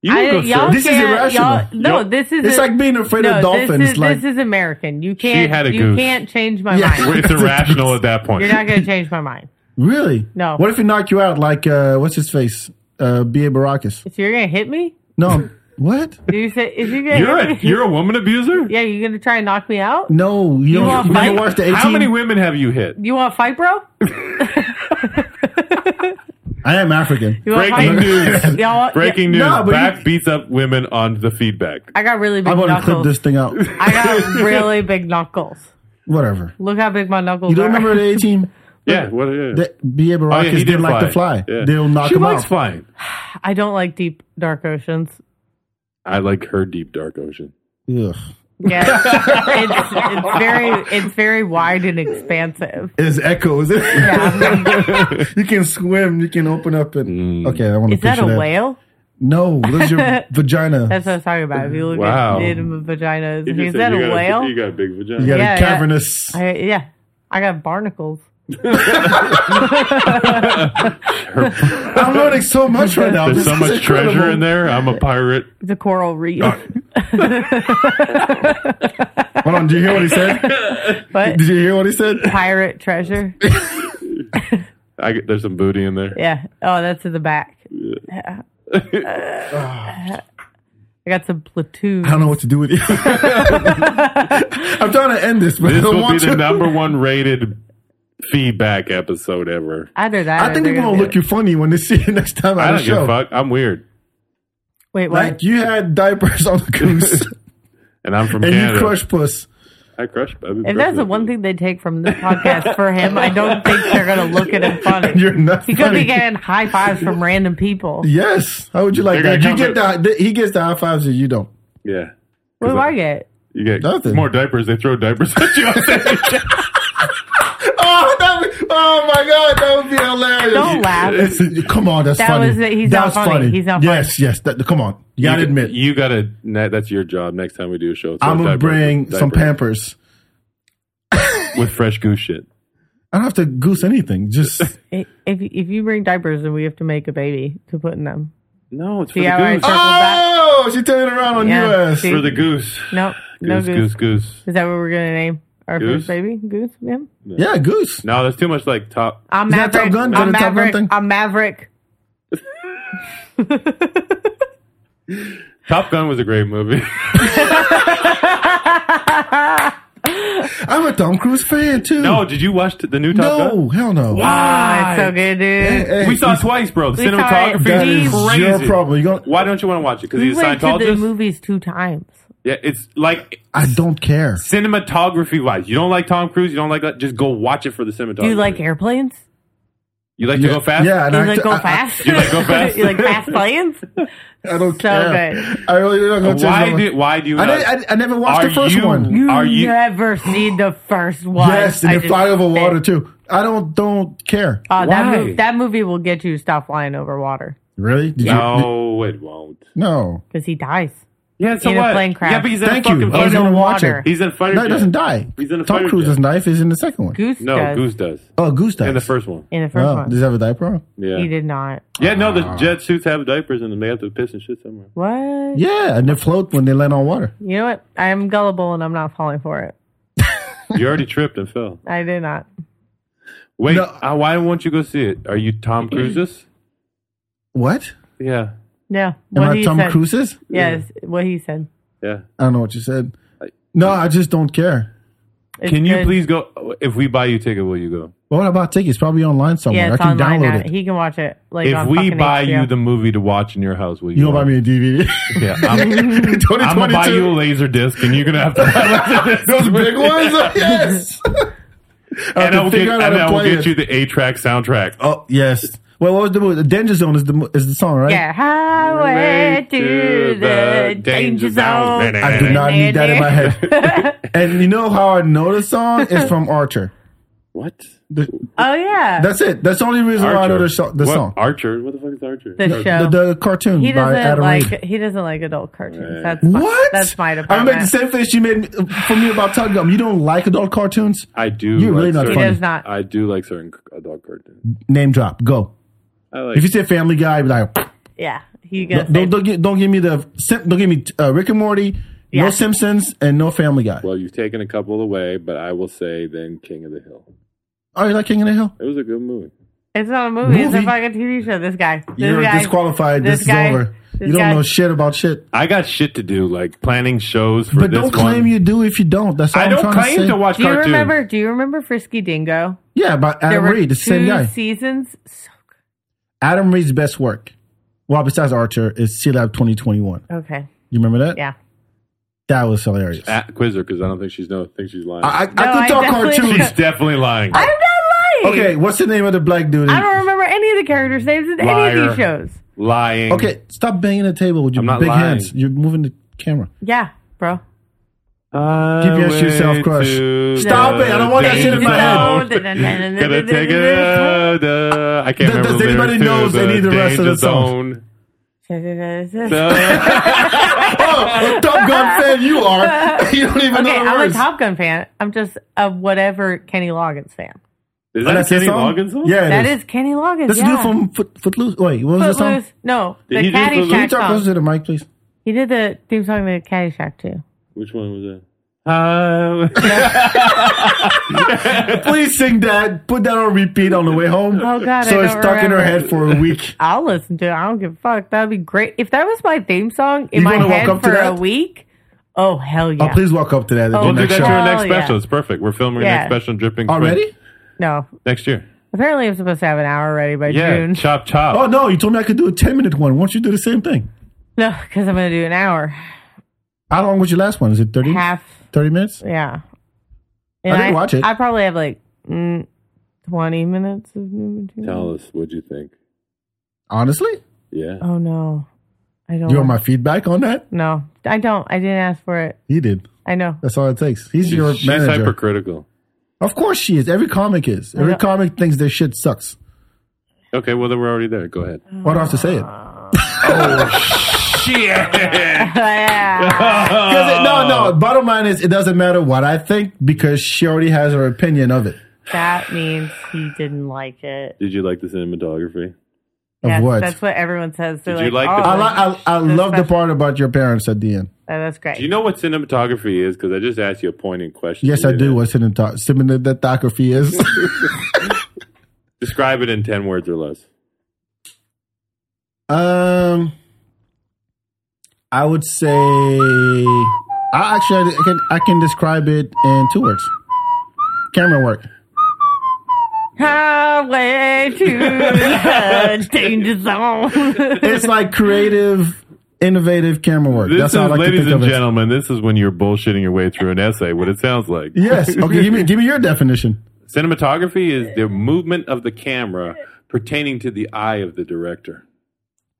You I- can go y'all surf. This is can't- irrational. y'all- no, Y'all- this is It's a- like being afraid no, of dolphins. This is, like this is American. You can't. had a you goose. can't change my Yeah. mind. It's irrational at that point. You're not going to change my mind. really? No. What if he knocked you out? Like uh, what's his face? Uh, B. A. Baracus. So you're going to hit me? No. what? Do you say? Is you going You're to? a you're a woman abuser. Yeah, you're going to try and knock me out? No. You, don't. won't You don't fight? watch the 18. How many women have you hit? You want to fight, bro? I am African. You want Breaking news. Y'all, Breaking news. No, but Back you- beats up women on the feedback. I got really big I'm gonna clip knuckles. this thing out. I got really big knuckles. Whatever. Look how big my knuckles You don't are. remember the 18? Yeah, what yeah. That B. A. Oh, yeah, Baracus he didn't like to fly. Yeah. They'll knock she him likes out. flying. I don't like deep, dark oceans. I like her deep dark ocean. Ugh. Yeah, it's, it's very, it's very wide and expansive. It's echo, is it? Yeah. you can swim. You can open up and. Okay, I want to Is that picture Mm. a that. whale? No, that's your vagina. That's what I was talking about. If you look Wow. at it in the vaginas, is that a whale? You got a big vagina. you got Yeah, a yeah. cavernous. I, yeah, I got barnacles. I'm learning so much right now. There's This so is much incredible. treasure in there. I'm a pirate. It's a coral reef. Hold on, did you hear what he said? but Did you hear what he said? pirate treasure. I get, there's some booty in there. Yeah. Oh, that's in the back. Yeah. I got some platoon. I don't know what to do with you. I'm trying to end this, but I This don't will be want the to. number one rated feedback episode ever. Either that. I think they're gonna look you funny when they see you next time I on the don't give show. a fuck. I'm weird, Wait, what? Like you had diapers on the goose and I'm from and Canada. you crushed puss. I crush. I if that's the one thing they take from this podcast for him, I don't think they're gonna look at him funny. You're not He could funny. be getting high fives from random people. Yes. How would you like They're that? You gonna get the, the- he gets the high fives and you don't. Yeah, What do I get? you get Nothing. more diapers. They throw diapers at you. Oh, that would, oh my god, that would be hilarious. Don't laugh. It's- come on, that's That funny. was it. He's That not was funny. He's not funny. Yes, yes. That, come on, you gotta You- admit. You gotta. na- That's your job. Next time we do a show, I'm gonna bring some pamper Pampers. with fresh goose shit. I don't have to goose anything. Just If if you bring diapers, then we have to make a baby to put in them. No, it's for See how I the goose. circled back? oh, she turned it around on Yeah, you US. see? for the goose. Oh! No, no Goose, goose. goose, goose. Is that what we're gonna name our Goose? first baby? Goose. Yeah. Yeah, goose. No, that's too much. Like top. I'm Is that Maverick. Top Gun? Is I'm that a Top Gun Maverick. thing? I'm Maverick. Top Gun was a great movie. I'm a Tom Cruise fan too. no, did you watch the new Top no, hell no. Ah, it's so good, dude. Gun? Hey, We saw it twice, bro. The We saw it. that cinematography is is crazy. your problem. You don't, Why don't you want to watch it? Because We he's a went to the Scientologist. movies two times. Yeah, it's like I don't care. cinematography wise. You don't like Tom Cruise. You don't like that. Just go watch it for the cinematography. Do you like airplanes? You like to go fast. Yeah, and Do you I, like go I, fast? you like go fast? you like fast planes? I don't So care. good. I really don't go Why do Why do you? I, not- did, I, I never watched Are the first you- one. You Are you- never see the first one. Yes, and I they just fly over spit. water too. I don't don't care. Oh, that, Why? movie, that movie will get you to stop flying over water Really? Did You, no, it won't. no. because he dies. Yeah, so In a what? plane crash. Yeah, but he's in Thank a you. fucking. I was fighter. gonna in watch water. it. He's in a fighter. No, he jet. doesn't die. He's in a Tom fighter Cruise's jet. knife is in the second one. Goose No, does Goose does Oh, Goose dies. in the first one. in the first Oh, one. does he have a diaper on? Yeah, He did not. yeah. No, Ah. the jet suits have diapers in them. They have to piss and shit somewhere. What? Yeah, and they float when they land on water. You know what? I'm gullible and I'm not falling for it. You already tripped and fell. I did not. Wait, No. uh, why won't you go see it? Are you Tom Cruise's? What? yeah, Yeah. Am What I he Tom said. Cruise's? Yes, what he said. yeah. I don't know what you said. No, I just don't care. It's Can you good. please go? If we buy you a ticket, will you go? But what about tickets? Probably online somewhere. Yeah, I it's can online download now. it. He can watch it. Like If on we fucking buy HBO. you the movie to watch in your house, will you? you don't buy me a DVD. Yeah, I'm, I'm gonna buy you a laser disc, and you're gonna have to buy a Those big ones? Oh, yes. I and I can will get, figure out how and to I will play get it. you the A track soundtrack. Oh, yes. Well, what was the movie? The Danger Zone is the, mo- is the song, right? Yeah, highway to the danger zone. I do not need that in my head. and you know how I know the song? It's from Archer. What? The- Oh yeah, that's it. That's the only reason why I know the, so- the What? song. Archer. What the fuck is Archer? the show. The, the cartoon he by doesn't Adam like Reed. he doesn't like adult cartoons. That's my, What? That's my I department. made the same face you made me- for me about Tug Gum. You don't like adult cartoons? I do. You're really not he certain- funny. does not. I do like certain c- adult cartoons. Name drop. Go. I like. If you say Family Guy, I'd be like yeah, he goes. don't, don't, don't give, don't give me the Sim- don't give me uh, Rick and Morty, no Yeah. Simpsons, and no Family Guy. well, you've taken a couple away, but I will say then King of the Hill. Are you like King of the Hill? It was a good movie. it's not a movie, It's a Movie? fucking TV show. This guy. This You're guy, disqualified. This, is guy- over. this You don't guy- know shit about shit. I got shit to do, like planning shows for But this don't claim one. you do if you don't. That's all I I'm don't trying claim to to, say. watch Do you cartoons. remember? Do you remember Frisky Dingo? yeah, but There Adam were Reed, the same two guy. seasons. So Adam Reed's best work, well, besides Archer, is C Lab 2021. good. Okay. You remember that? Yeah. That was hilarious. I, Ah, quiz her because I don't think she's no. Think she's lying. I, I No, I could talk definitely- cartoons. she's definitely lying. I'm not lying. Okay, what's the name of the black dude? I don't remember any of the characters' names in any of Liar. these shows. lying. Okay, stop banging the table with your I'm not big lying. hands. You're moving the camera. Yeah, bro. Keep Keep your shit self-crushed. Stop it, I don't want that shit in my head. Gonna take it out. uh, I can't Does- remember does the anybody lyrics knows to any of the rest of the danger songs? zone. okay, Uh, Oh, a Top Gun fan you are. You don't even know the I'm a words. Top Gun fan. I'm just a whatever Kenny Loggins fan. Is Oh, that a that's his Kenny song? Loggins song? Yeah, it That is. is Kenny Loggins. That's yeah. new from Foot, Footloose. Wait, what was the song? Footloose. No, the he do Footloose? Can you Caddyshack talk song. closer to the mic, please? He did the theme song to Caddyshack too. Which one was that? Uh, Please sing that. Put that on repeat on the way home. Oh, God, So I it's don't stuck in her remember. head for a week. I'll listen to it. I don't give a fuck. That'd be great if that was my theme song You in my gonna walk head up to for a that? week. Oh hell yeah! Oh, please walk up to that. at the Oh, we'll do next that show. Oh, to our next Hell yeah. special. It's perfect. We're filming our Yeah. next special, Dripping Queen, Already? No, next year. apparently I'm supposed to have an hour ready by Yeah, June. chop chop. Oh, no. You told me I could do a 10 minute one. Won't you do the same thing? No, because I'm gonna do an hour, How long was your last one? Is it 30, half. 30 minutes? Yeah. Hmm? I didn't watch it. I probably have like mm, 20 minutes of new material. Tell us, what'd you think? Honestly? Yeah. Oh, no. I don't. You want my feedback on that? no, I don't. I didn't ask for it. He did. I know. That's all it takes. He's She's- your She's manager. hypercritical. Of course she is. Every comic is. Every Yeah. comic thinks their shit sucks. Okay, well then we're already there. Go ahead. Oh. Why do I have to say it? Because it- no, no. Bottom line is, it doesn't matter what I think because she already has her opinion of it. that means he didn't like it. Did you like the cinematography? Of Yes, what? That's what everyone says. They're Did you like, like the- oh, I, li- I, I that's love the special. part about your parents at the end. Oh, that's great. Do you know what cinematography is? Because I just asked you a pointed question. Yes, You I do. didn't. What's in the top? cinematography is? Describe it in ten words or less. um, I would say I actually I can I can describe it in two words. Camera work. Highway to the danger zone. It's like creative, innovative camera work. This That's is, all I can ladies think and of. it. gentlemen, this is when you're bullshitting your way through an essay. What it sounds like. Yes. Okay. Give me give me your definition. Cinematography is the movement of the camera pertaining to the eye of the director.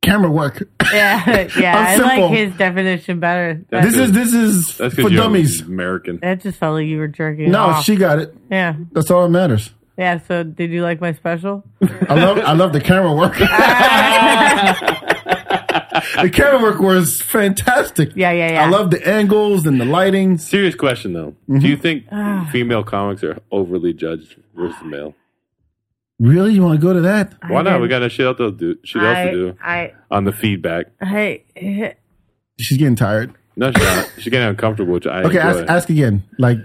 Camera work. yeah, yeah. I'm I simple. like his definition better. That, This is this is That's for because dummies. you're American. that just felt like you were jerking. No, off. she got it. Yeah, That's all that matters. yeah. So, did you like my special? I love I love the camera work. the Ah. camera work was fantastic. Yeah, yeah, yeah. I love the angles and the lighting. Serious question though. Do Mm-hmm. you think female comics are overly judged versus male? Really, you want to go to that? Why not? didn't- We got a shit else to do. Shit else I, to do I, on the feedback. I, She's getting tired. No, she's not. She's getting uncomfortable, which I Okay, enjoy. ask, ask again. Like,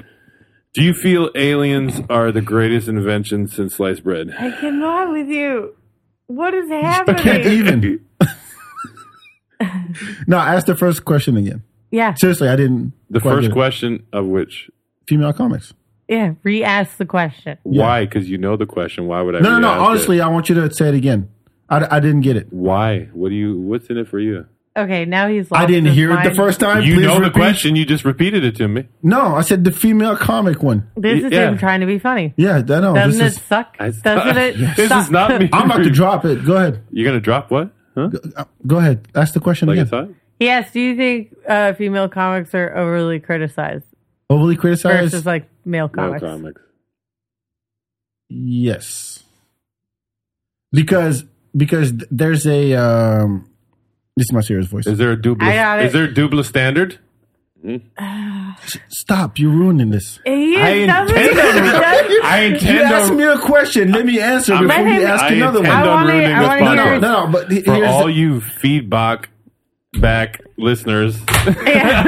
Do you feel aliens are the greatest invention since sliced bread? I cannot with you. What is I can't happening? even. no, ask the first question again. yeah, Seriously, I didn't. The quite first get it. question of which Female comics. yeah. Re-ask the question. why? Because you know the question. Why would I? No, no, no. re-ask it? Honestly, I want you to say it again. I, I didn't get it. why? What do you? What's in it for you? Okay, now he's. Lost I didn't his hear it mind. the first time. You Please know the repeat. question. You just repeated it to me. No, I said the female comic one. This is Yeah. him trying to be funny. Yeah, I know. This Doesn't it is, suck? I- Doesn't it? This suck? is not me. I'm about to drop it. Go ahead. You're gonna drop what? Huh? Uh, Go ahead. Ask the question Like I again. thought. Yes. Do you think uh, female comics are overly criticized Overly versus criticized? like male No comics? comics. yes. Because because th- there's a um this is my serious voice. Is there a double? I got Is it. there a double standard? Stop, you're ruining this. He I is intend doesn't he? on- Doesn't- I You intend asked on. me a question, let me answer I'm- before you him- ask I another intend one. I on wanna- ruining I this wanna No, hear- no, podcast. no, no, but he- For here's all the, you feedback back listeners, Yeah.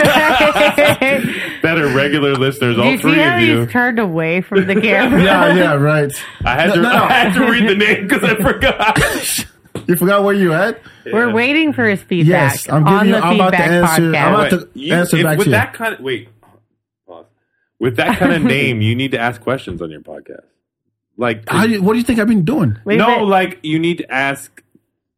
that are regular listeners, Do all you see three how of you. he's turned away from the camera? Yeah, yeah, right. I had No, to no, no. I had to read the name because I forgot. You forgot where you at? We're waiting for his feedback Yes, I'm giving on you- the I'm about feedback to answer- podcast. I'm about Wait, to answer if- back with to you. that kind of wait. Pause. With that kind of name, you need to ask questions on your podcast. Like How you, what do you think I've been doing? Wait, no, but like you need to ask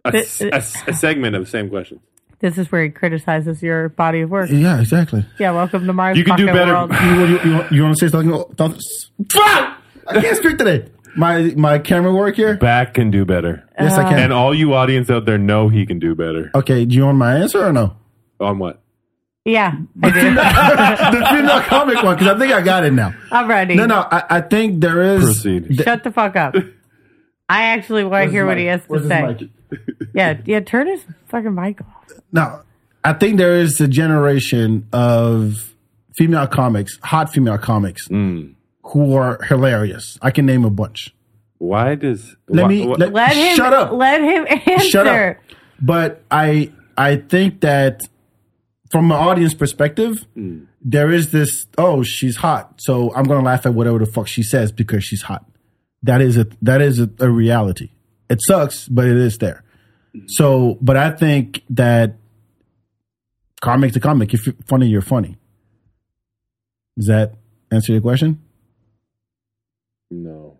a, s- But- uh, a s- a segment of the same questions. this is where he criticizes your body of work. Yeah, exactly. Yeah, welcome to my You can do fucking better. world. You, you, you, you want to say something? Fuck! I can't speak today. My my camera work here. Back can do better. Yes, I And can. all you audience out there know he can do better. Okay, do you want my answer or no? On what? Yeah, I do. the female comic one because I think I got it now. I'm ready. No, no, I, I think there is. Proceed. th- Shut the fuck up. I actually want to hear what he has Where's to his say. mic? Yeah, yeah. Turn his fucking mic off. No, I think there is a generation of female comics, hot female comics, who are hilarious. I can name a bunch. Why does Let why- me why- let, Let him. shut up. Let him answer. Shut up. But I I think that from an audience perspective, there is this oh she's hot, so I'm gonna laugh at whatever the fuck she says because she's hot. That is a that is a, a reality. It sucks, but it is there. So, but I think that comic to comic, if you're funny, you're funny. Does that answer your question? no.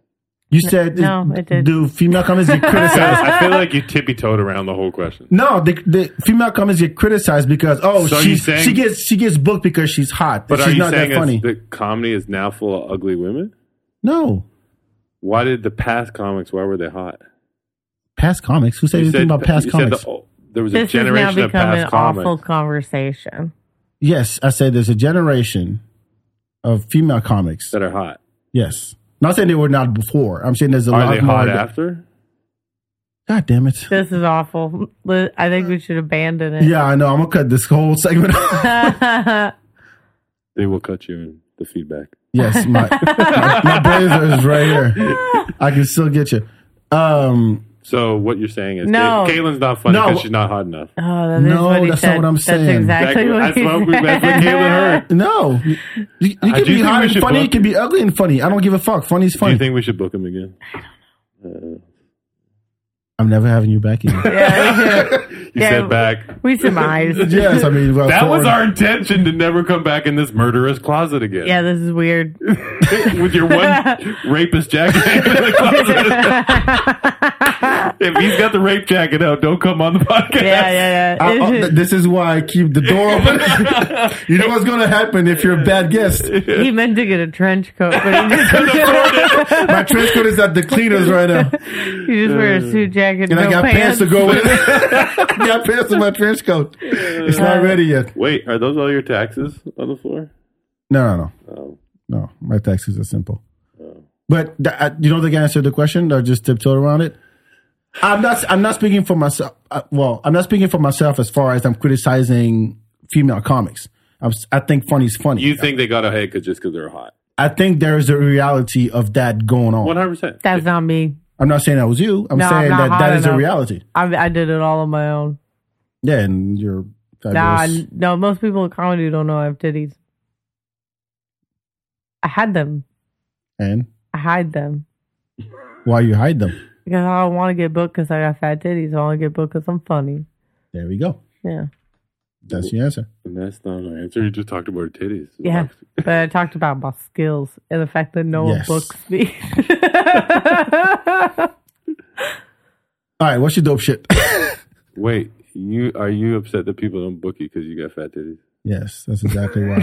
You said no, it did. do female comics get criticized? I feel like you tippy toed around the whole question. No, the, the female comics get criticized because oh So she you saying- she gets she gets booked because she's hot, But she's are you not saying that funny. it's- that comedy is now full of ugly women? no, Why did the past comics? Why were they hot? past comics. Who said You anything said- about past you said comics? the old- there was a This has now generation of become an past comics. awful conversation. yes, I said there's a generation of female comics that are hot. Yes. Not saying they were not before. I'm saying there's a Are lot they more. hot that- after? God damn it. This is awful. Li- I think we should abandon it. Yeah, I know. I'm gonna cut this whole segment. off. They will cut you in the feedback. yes, my, my my blazer is right here. I can still get you. Um, So what you're saying is, No. Kay- Kaylin's not funny No. because she's not hot enough. Oh, that is No, what he that's not said. what I'm saying. That's exactly what that's he what, we, said. that's what Kaylin heard. no, you, you I can do be think hot we and should funny. book- You can be ugly and funny. I don't give a fuck. Funny's Do funny. you think we should book him again? I'm never having you back again. You Yeah, said back. We surmised. yes, I mean well, That was forward- our intention to never come back in this murderous closet again. Yeah, this is weird. with your one rapist jacket in the closet. if he's got the rape jacket out, don't come on the podcast. Yeah, yeah, I- yeah. I- Uh, th- this is why I keep the door open. you know what's going to happen if you're a bad guest. he meant to get a trench coat, but he just, My trench coat is at the cleaners right now, he just wear a suit jacket and no I got pants. pants. to go with. it. I got pants in my trench coat. It's Uh, not ready yet. Wait, are those all your taxes on the floor? No, no, no, Oh. no. My taxes are simple. But th- I, you don't think I answered the question? I just tiptoed around it. I'm not. I'm not speaking for myself. Uh, well, I'm not speaking for myself as far as I'm criticizing female comics. I'm, s- I think funny's funny. You think they got a head cause just because they're hot? I think there is a reality of that going on. One hundred percent. That's not me. I'm not saying that was you. I'm No, I'm saying not that hot that is a enough. reality. I, I did it all on my own. Yeah, and you're Nah, fabulous. I- no, most people in comedy don't know I have titties. I had them. and I hide them why you hide them? because I don't want to get booked because I got fat titties. I want to get booked because I'm funny. There we go. Yeah, That's the answer. And that's not my answer. You just talked about titties. yeah. but I talked about my skills and the fact that no Yes. one books me. All right, what's your dope shit? Wait, you are you upset that people don't book you because you got fat titties? yes, that's exactly why.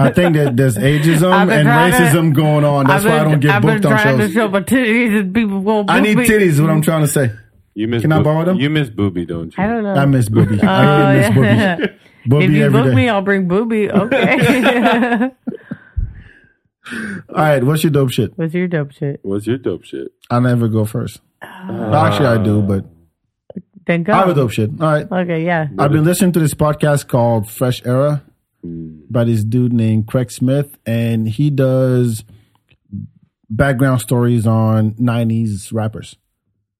I think that there's ageism I've been and trying to- racism going on. That's I've why I been- don't get I've booked been on trying shows. to show my titties and people won't. I book need me. titties. Is what I'm trying to say. You miss. Can I borrow them? You miss booby, don't you? I don't know. I miss booby. I Oh, really miss yeah. booby. Booby if you every book day. me, I'll bring booby. Okay. All right, what's your dope shit? What's your dope shit? What's your dope shit? I never go first. Well, Actually, I do, but Then go. I have a dope shit. All right. Okay, yeah. I've been listening to this podcast called Fresh Era by this dude named Craig Smith, and he does background stories on 90s rappers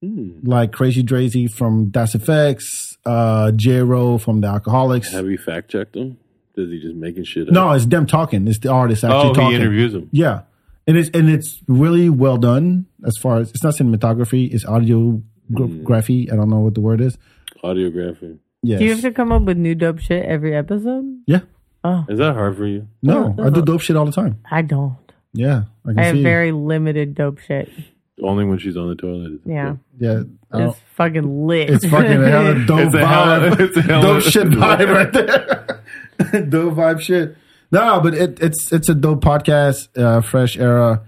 like Crazy Drazy from Das Effects, uh, J Ro from The Alcoholics. Have you fact checked him? Is he just making shit up? No, it's them talking. It's the artist actually Oh, talking. he interviews him. Yeah, and it's and it's really well done as far as it's not cinematography, it's audio gra- graphy. I don't know what the word is. Audiography. Yes. Do you have to come up with new dope shit every episode? yeah. Oh. Is that hard for you? No, I do dope shit all the time. I don't. Yeah, I can I have see. very limited dope shit. Only when she's on the toilet. Yeah. yeah, I don't- It's fucking lit. Oh. it's fucking a hella dope It's a hell- vibe. it's a hell- dope shit vibe right there. dope vibe shit. No, but it, it's it's a dope podcast. Uh, Fresh era.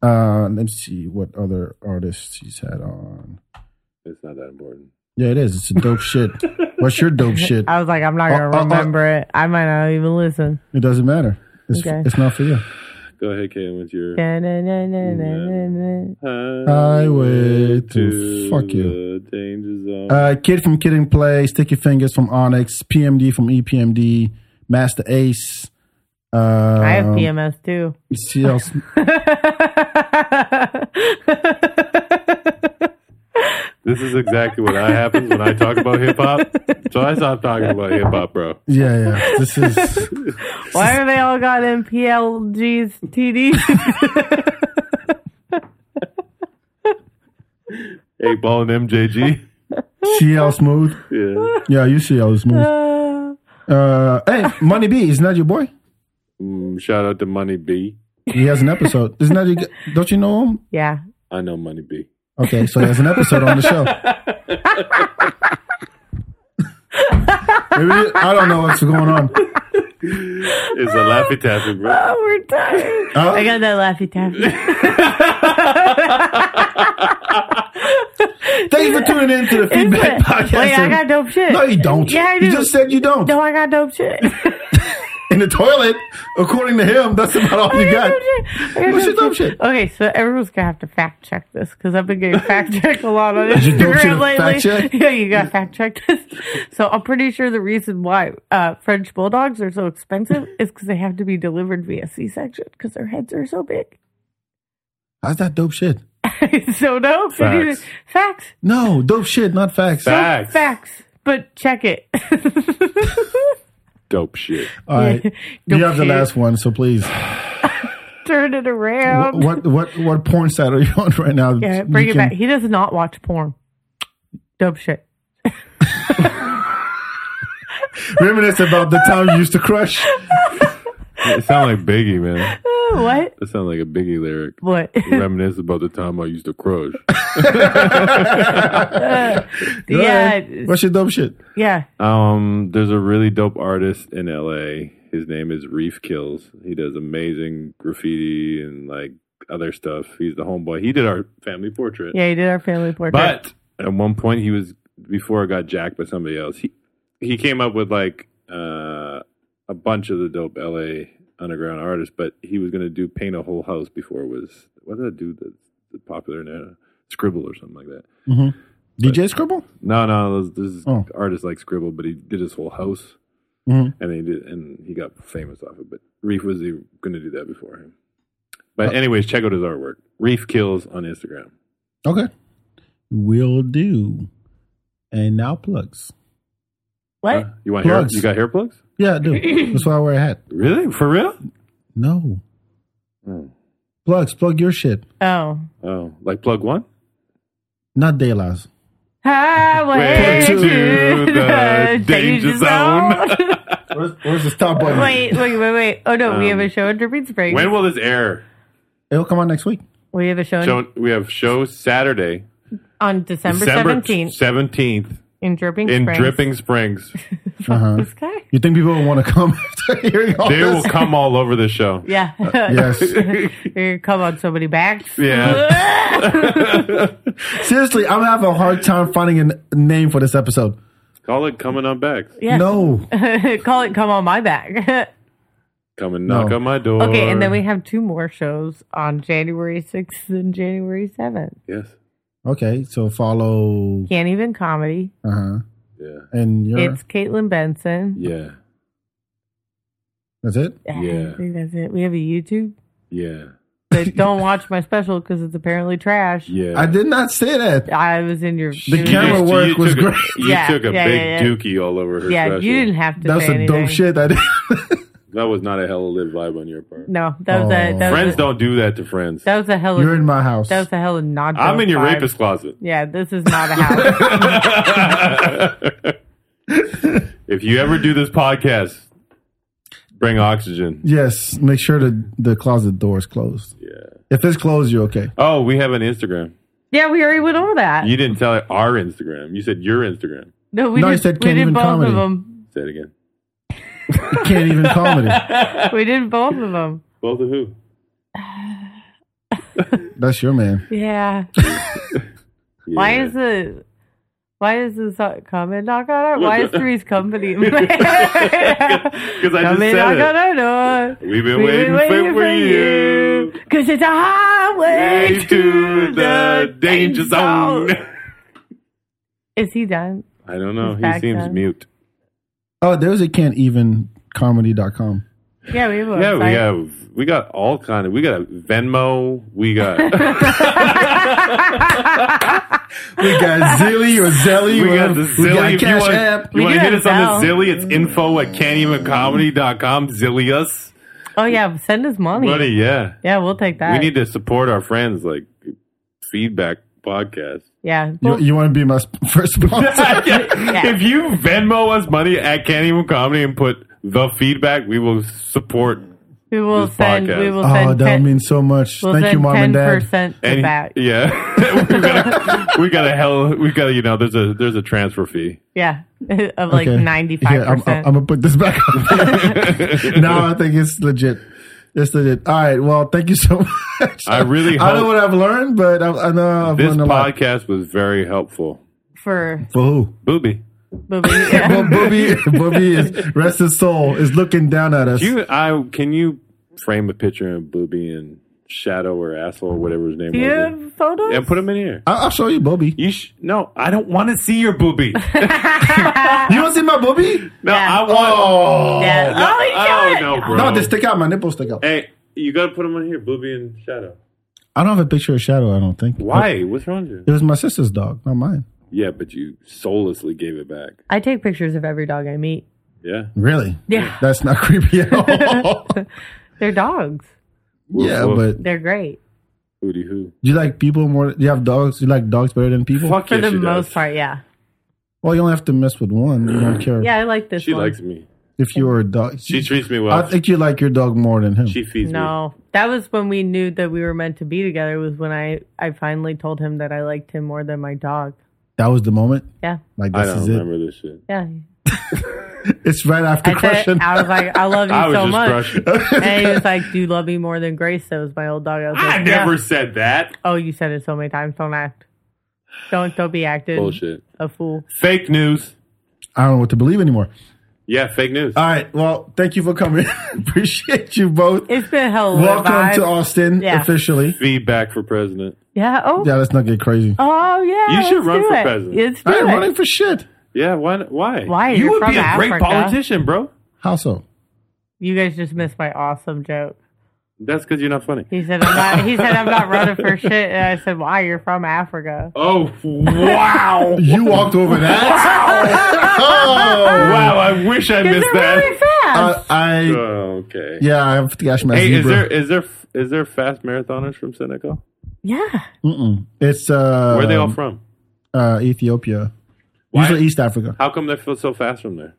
Uh, let's see what other artists he's had on. It's not that important. Yeah, it is. It's a dope shit. What's your dope shit? I was like, I'm not going Uh, to uh, uh. remember it. I might not even listen. It doesn't matter. It's, Okay. it's not for you. Go ahead, Caitlin, with your Da-na-na-na-na-na. highway to- fuck you. the danger zone. Uh, Kid from Kid and Play, Sticky Fingers from Onyx, PMD from E EPMD, Master Ace. Uh, I have PMS too. CL this is exactly what I happens when I talk about hip hop. So I stopped talking about hip hop, bro. Yeah, yeah. This is Why are they all got MPLGs, TDs? Eight ball and MJG. CL Smooth. Yeah. Yeah, you CL Smooth. Uh, hey, Money B, isn't that your boy? Mm, shout out to Money B. He has an episode. Isn't that your, g- don't you know him? yeah. I know Money B. Okay, so he has an episode on the show. Maybe, I don't know what's going on. It's a laffy taffy, bro. Oh, we're tired. Uh, I got that laffy taffy. Thanks for tuning in to the Feedback Wait, Podcast. I got dope shit. no, you don't. Yeah, I You do. just said you don't. No, I got dope shit. in the toilet. According to him, that's about all you got. What's your dope shit? Okay, so everyone's gonna have to fact check this because I've been getting fact checked a lot on Your dope shit Instagram is lately. fact checked? Yeah, you got fact checked this. So I'm pretty sure the reason why uh, French bulldogs are so expensive is because they have to be delivered via C-section because their heads are so big. How's that dope shit? so no, Facts. facts, No, dope shit, not facts. Fact. facts, Facts. facts. But check it. Dope shit. All right, you have the last one, so please. Turn it What, around. what what what porn site are you on right now? Yeah, bring You it back. can- He does not watch porn. Dope shit. Reminisce about the time you used to crush. It sounds like Biggie, man. Oh, what? That sounds like a Biggie lyric. What? Reminisce about the time I used to crush. Go yeah, ahead. What's your dope shit? yeah. Um, there's a really dope artist in LA. His name is Reef Kills. He does amazing graffiti and like other stuff. He's the homeboy. He did our family portrait. Yeah, he did our family portrait. But at one point, he was before it got jacked by somebody else. He he came up with like uh, a bunch of the dope LA underground artists, but he was gonna do paint a whole house before it was what did I do that's that's popular now? Scribble or something like that. DJ Scribble? No, no, this, this Oh. artist like Scribble, but he did his whole house, Mhm. and he did, and he got famous off it. But Reef was the, gonna do that before him. But anyways, check out his artwork. Reef kills on Instagram. Okay. Will do. And now plugs. what? Huh? You want hair? Plugs. You got hair plugs? Yeah, I do. That's why I wear a hat. Really? For real? No. Mm. Hmm. Plugs, plug your shit. oh. Oh, like plug one? Not daylights. Highway to the danger zone. Where's, where's the stop button? wait, wait, wait, wait. Oh no, we have a show under Beats Break. When will this air? It'll come out next week. we have a show, Show, we have show Saturday, on December seventeenth seventeenth in Dripping in Springs. Dripping Springs. Uh-huh. This guy? You think people will want to come after hearing all They will this? come all over the show. Yeah. Uh, Yes. You come on so many bags. Yeah, Seriously, I'm having a hard time finding a n- name for this episode. call it coming on back. Yeah. No. Call it come on my bag. Come and knock No. on my door. okay, and then we have two more shows on January sixth and January seventh. yes, Okay, so follow. Can't even comedy. Uh huh. yeah, And your. It's Caitlin Benson. yeah, that's it? I think that's it. We have a YouTube, yeah, but don't watch my special because it's apparently trash. yeah. I did not say that. I was in your The camera You work was took great. A, you Yeah, took a yeah, big yeah, yeah. dookie all over her. Yeah, special. you didn't have to. That's say a dope anything. shit. I did. That was not a hell of a live vibe on your part. No, that was a Oh. that was Friends a, don't do that to friends. That was a hell You're of in my house. that was a hell of not. I'm dope in your vibe. rapist closet. Yeah, this is not a house. If you ever do this podcast, bring oxygen. Yes, make sure the the closet door is closed. Yeah. If it's closed, you're okay. Oh, we have an Instagram. yeah, we already went over that. You didn't tell it our Instagram. You said your Instagram. no, we No, you did. said we can't did even both comedy. of them. Say it again. Can't even comedy. We did both of them. Both of who? That's your man. Yeah. Why is it? Why is this not coming? Knock on our. Why is Three's company? Because Because I just said knock it. on our door. We've been We've been waiting, waiting for, for you. you. Cause it's a highway Way to the danger zone. Is he done? I don't know. He's He back seems then. mute. Oh, there's a can't even comedy.com. Yeah, we have. A Yeah, we website. have. We got all kind of. We got Venmo. We got. We got Zilly or Zelly. We got whatever. the We Zilly. got if you Cash want, App. you We want do to hit have us on the Zelle. Zilly, it's info at cannevencomedy.com. Zilly us. Oh yeah, send us money. Buddy, yeah. Yeah, we'll take that. We need to support our friends, like feedback podcast. yeah. You, you want to be my sp- first sponsor? If you Venmo us money at Can't Even Comedy and put the feedback, we will support. we will this send. We podcast. will send. oh, that 10 means so much. we'll Thank you, send mom ten and dad. percent And back. yeah, we got we got a hell. We got to you know. There's a there's a transfer fee. Yeah, of like Okay. ninety five Yeah, I'm, percent. going to put this back up. now I think it's legit. It's legit. All right. Well, thank you so much. I really I don't know hope- what I've learned, but I, I know I've This learned a lot. podcast was very helpful. For For who? Booby, Booby. Yeah. Well, Booby, Booby is rest his soul is looking down at us. Do you, I can you frame a picture of Booby and Shadow or asshole or whatever his name Do you was, have photos? and put him in here. I- I'll show you Booby. You sh- no, I don't want to see your booby. You want to see my Booby? No, Yeah. I want. Oh. Yeah. No, Oh, you oh, got it. no, bro. No, they stick out. My nipples stick out. hey, you gotta put him on here, Booby and Shadow. I don't have a picture of Shadow. I don't think. Why? What's wrong with you? It was my sister's dog, not mine. Yeah, but you soullessly gave it back. I take pictures of every dog I meet. Yeah. Really? Yeah. That's not creepy at all. They're dogs. Woof, yeah, woof. but They're great. Hootie hoo. do you like people more? Do you have dogs? Do you like dogs better than people? Fuck For yeah, the she most does. part, yeah. Well, you only have to mess with one. You don't care Yeah, I like this She one. likes me. if you're a dog. She treats me well. I think you like your dog more than him. she feeds me. no, that was when we knew that we were meant to be together. Was when I I finally told him that I liked him more than my dog. that was the moment. Yeah, Like I this don't is it. remember this shit. yeah. It's right after I, crushing. said, I was like, I love you I was so just much. crushing. And he was like, "Do you love me more than Grace?" That was my old dog. I, was I like, never "Yeah." said that. Oh, you said it so many times. Don't act. Don't don't be acting Bullshit. a fool. Fake news. I don't know what to believe anymore. Yeah, fake news. All right. Well, thank you for coming. Appreciate you both. It's been a hell of a Welcome vibe. to Austin Yeah. officially. Feedback for president. yeah. Oh. Yeah, let's not get crazy. Oh yeah. You should let's run do for it. president. Let's do I ain't it. running for shit. Yeah, why? Why? Why? You You're would from be a great Africa. politician, bro. How so? You guys just missed my awesome joke. That's because you're not funny. He said, I'm not, he said, I'm not running for shit. And I said, why? You're from Africa. Oh wow! You walked over that. oh. wow! I wish I Is missed it that. really fast? Uh, I Oh, okay. yeah, I have to ask my Hey, is there zebra. is there is there fast marathoners from Senegal? yeah. Mm-mm. It's uh, Where are they all from? Uh, Ethiopia, Why- usually East Africa. How come they feel so fast from there?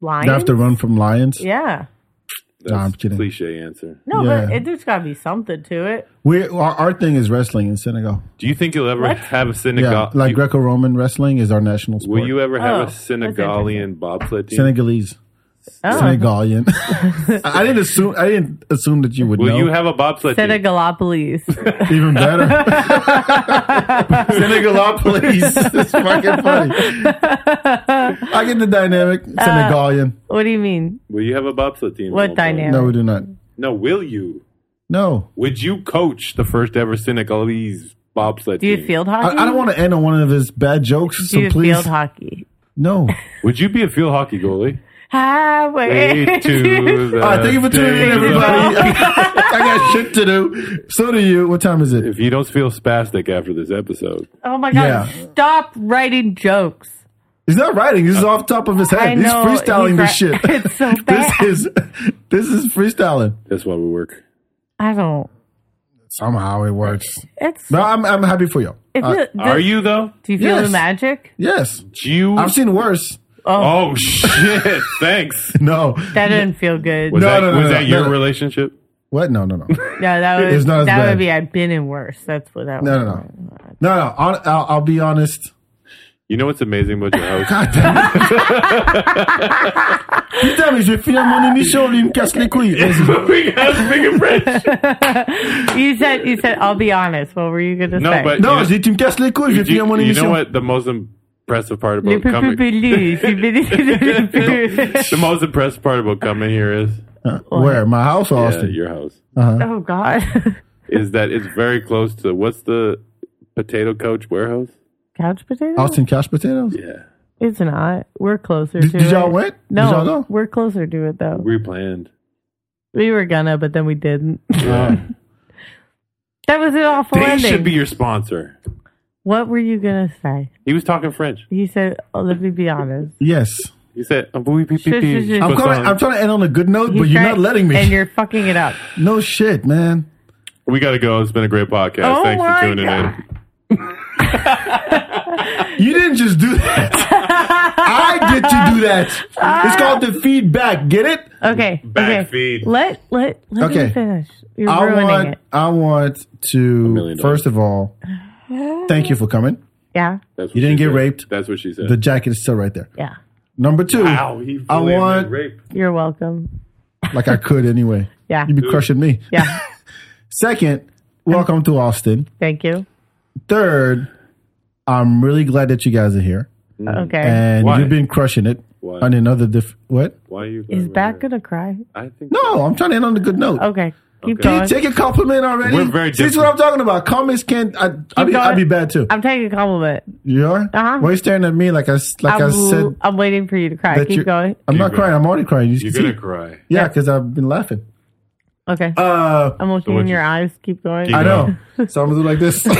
Lions? They have to run from lions. Yeah. That's No, I'm kidding. Cliche answer. No, but Yeah. it, there's got to be something to it. We our, our thing is wrestling in Senegal. Do you think you'll ever What? have a Senegal? Yeah, like you- Greco-Roman wrestling is our national sport. will you ever Oh, have a that's Senegalian bobsled team? Senegalese, Oh. Senegalian? I I didn't assume. I didn't assume that you would Will know. you have a bobsled team? Senegalopolis. Even better. Senegalopolis. It's fucking funny. I get the dynamic. Uh, Senegalian. what do you mean? Will you have a bobsled team? at What one point? dynamic? no, we do not. No, will you? No. Would you coach the first ever Senegalese bobsled Do team? you field hockey? I, I don't want to end on one of his bad jokes, Do so you please. field hockey? No. Would you be a field hockey goalie? Highway Hey, to the All right, thank you for tuning in, days of- everybody. I got shit to do. So do you. What time is it? If you don't feel spastic after this episode, Oh my God. Yeah. Stop writing jokes. He's not writing. This is off the top of his I head. He's know. freestyling this he's shit. ri- It's so bad. This is this is freestyling. that's why we work. I don't. Somehow it works. It's. No, I'm I'm happy for you. it Uh, feel- Are you though? Do you feel the Yes. magic? yes, You? I've seen worse. oh shit! Thanks. No, That didn't feel good. Was No, that, no, no, was no, that no. your No. relationship? what? No, no, no, no, No, that would It's not as that bad. would be I've been in worse. That's what that no, would no, no, no. I'll, I'll, I'll be honest. You know what's amazing about your house? God damn it. you tell me, je fais mon émission, lui il me casse les couilles. Vas-y. Big house, big French. You said you said I'll be honest. What were you gonna No, say? but- Non, j'ai dit, tu me casses les couilles, je Do fais you, mon you know émission. what the most impressive part Les about plus coming? belus, les belus. The most impressive part about coming here is Where? My house or yeah, Austin? your house Oh God, is that it's very close to what's the potato coach warehouse? couch potato. Austin Cash Potatoes? Yeah, It's not. We're closer Did- to did it. y'all win? Did No, y'all go? we're closer to it though. we planned. We were gonna, but then we didn't. Yeah. That was an awful They ending. should be your sponsor. what were you gonna say? He was talking French. He said, oh, "Let me be honest." Yes. He said, "Ah, oui, pi, pi, Shush, pi, shush, shush. I'm, What's calling, I'm trying to end on a good note, but He's you're trying- not letting me. and you're fucking it up. no shit, man. We got to go. It's been a great podcast. Oh Thanks for my tuning God. in. You didn't just do that. I get to do that. It's called the feedback. Get it? Okay. Back okay. feed. Let let let Okay. me finish. You're I ruining want, it. I want to, million dollars. first of all, thank you for coming. Yeah. That's what You didn't she get said. raped. That's what she said. The jacket is still right there. Yeah. Number two, Wow, he I fully admitted want- rape. You're welcome. like I could anyway. Yeah. You'd be crushing me. Yeah. Second, welcome to Austin. Thank you. Third, I'm really glad that you guys are here. Okay. and Why? you've been crushing it Why? on another diff. What? Why are you? Is glad Bat we're gonna cry? here? I think No, I'm trying to end on a good note. Okay. Keep Okay. Can you going. take a compliment already? We're very See, this is what I'm talking about. Comments can't. I, I'd, be, I'd going. be bad too. I'm taking a compliment. you are? Uh-huh. Why are you staring at me like I s- like i I'm, said? I'm waiting for you to cry. that Keep you're- going. I'm You're not gonna- crying. I'm already crying. You You're see? gonna cry. yeah, because I've been laughing. Okay. Uh, I'm looking what in you- your eyes. Keep going. Keep I going. know. so I'm gonna do like this. I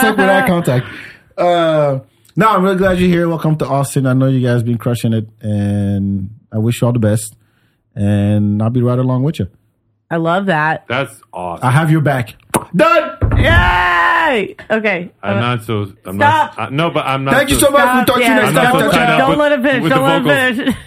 suck with eye contact. Uh, no, I'm really glad you're here. Welcome to Austin. I know you guys been crushing it, and I wish you all the best. And I'll be right along with you. I love that. That's awesome. I have your back. Done. Yay! Okay. I'm Uh, not so. Stop! I'm Not, I, no, but I'm not. Thank you so much. Stop, We'll talk to you yeah. next I'm not time. so Touch tied it. up Don't with- let him finish. with the Don't let him vocals. finish.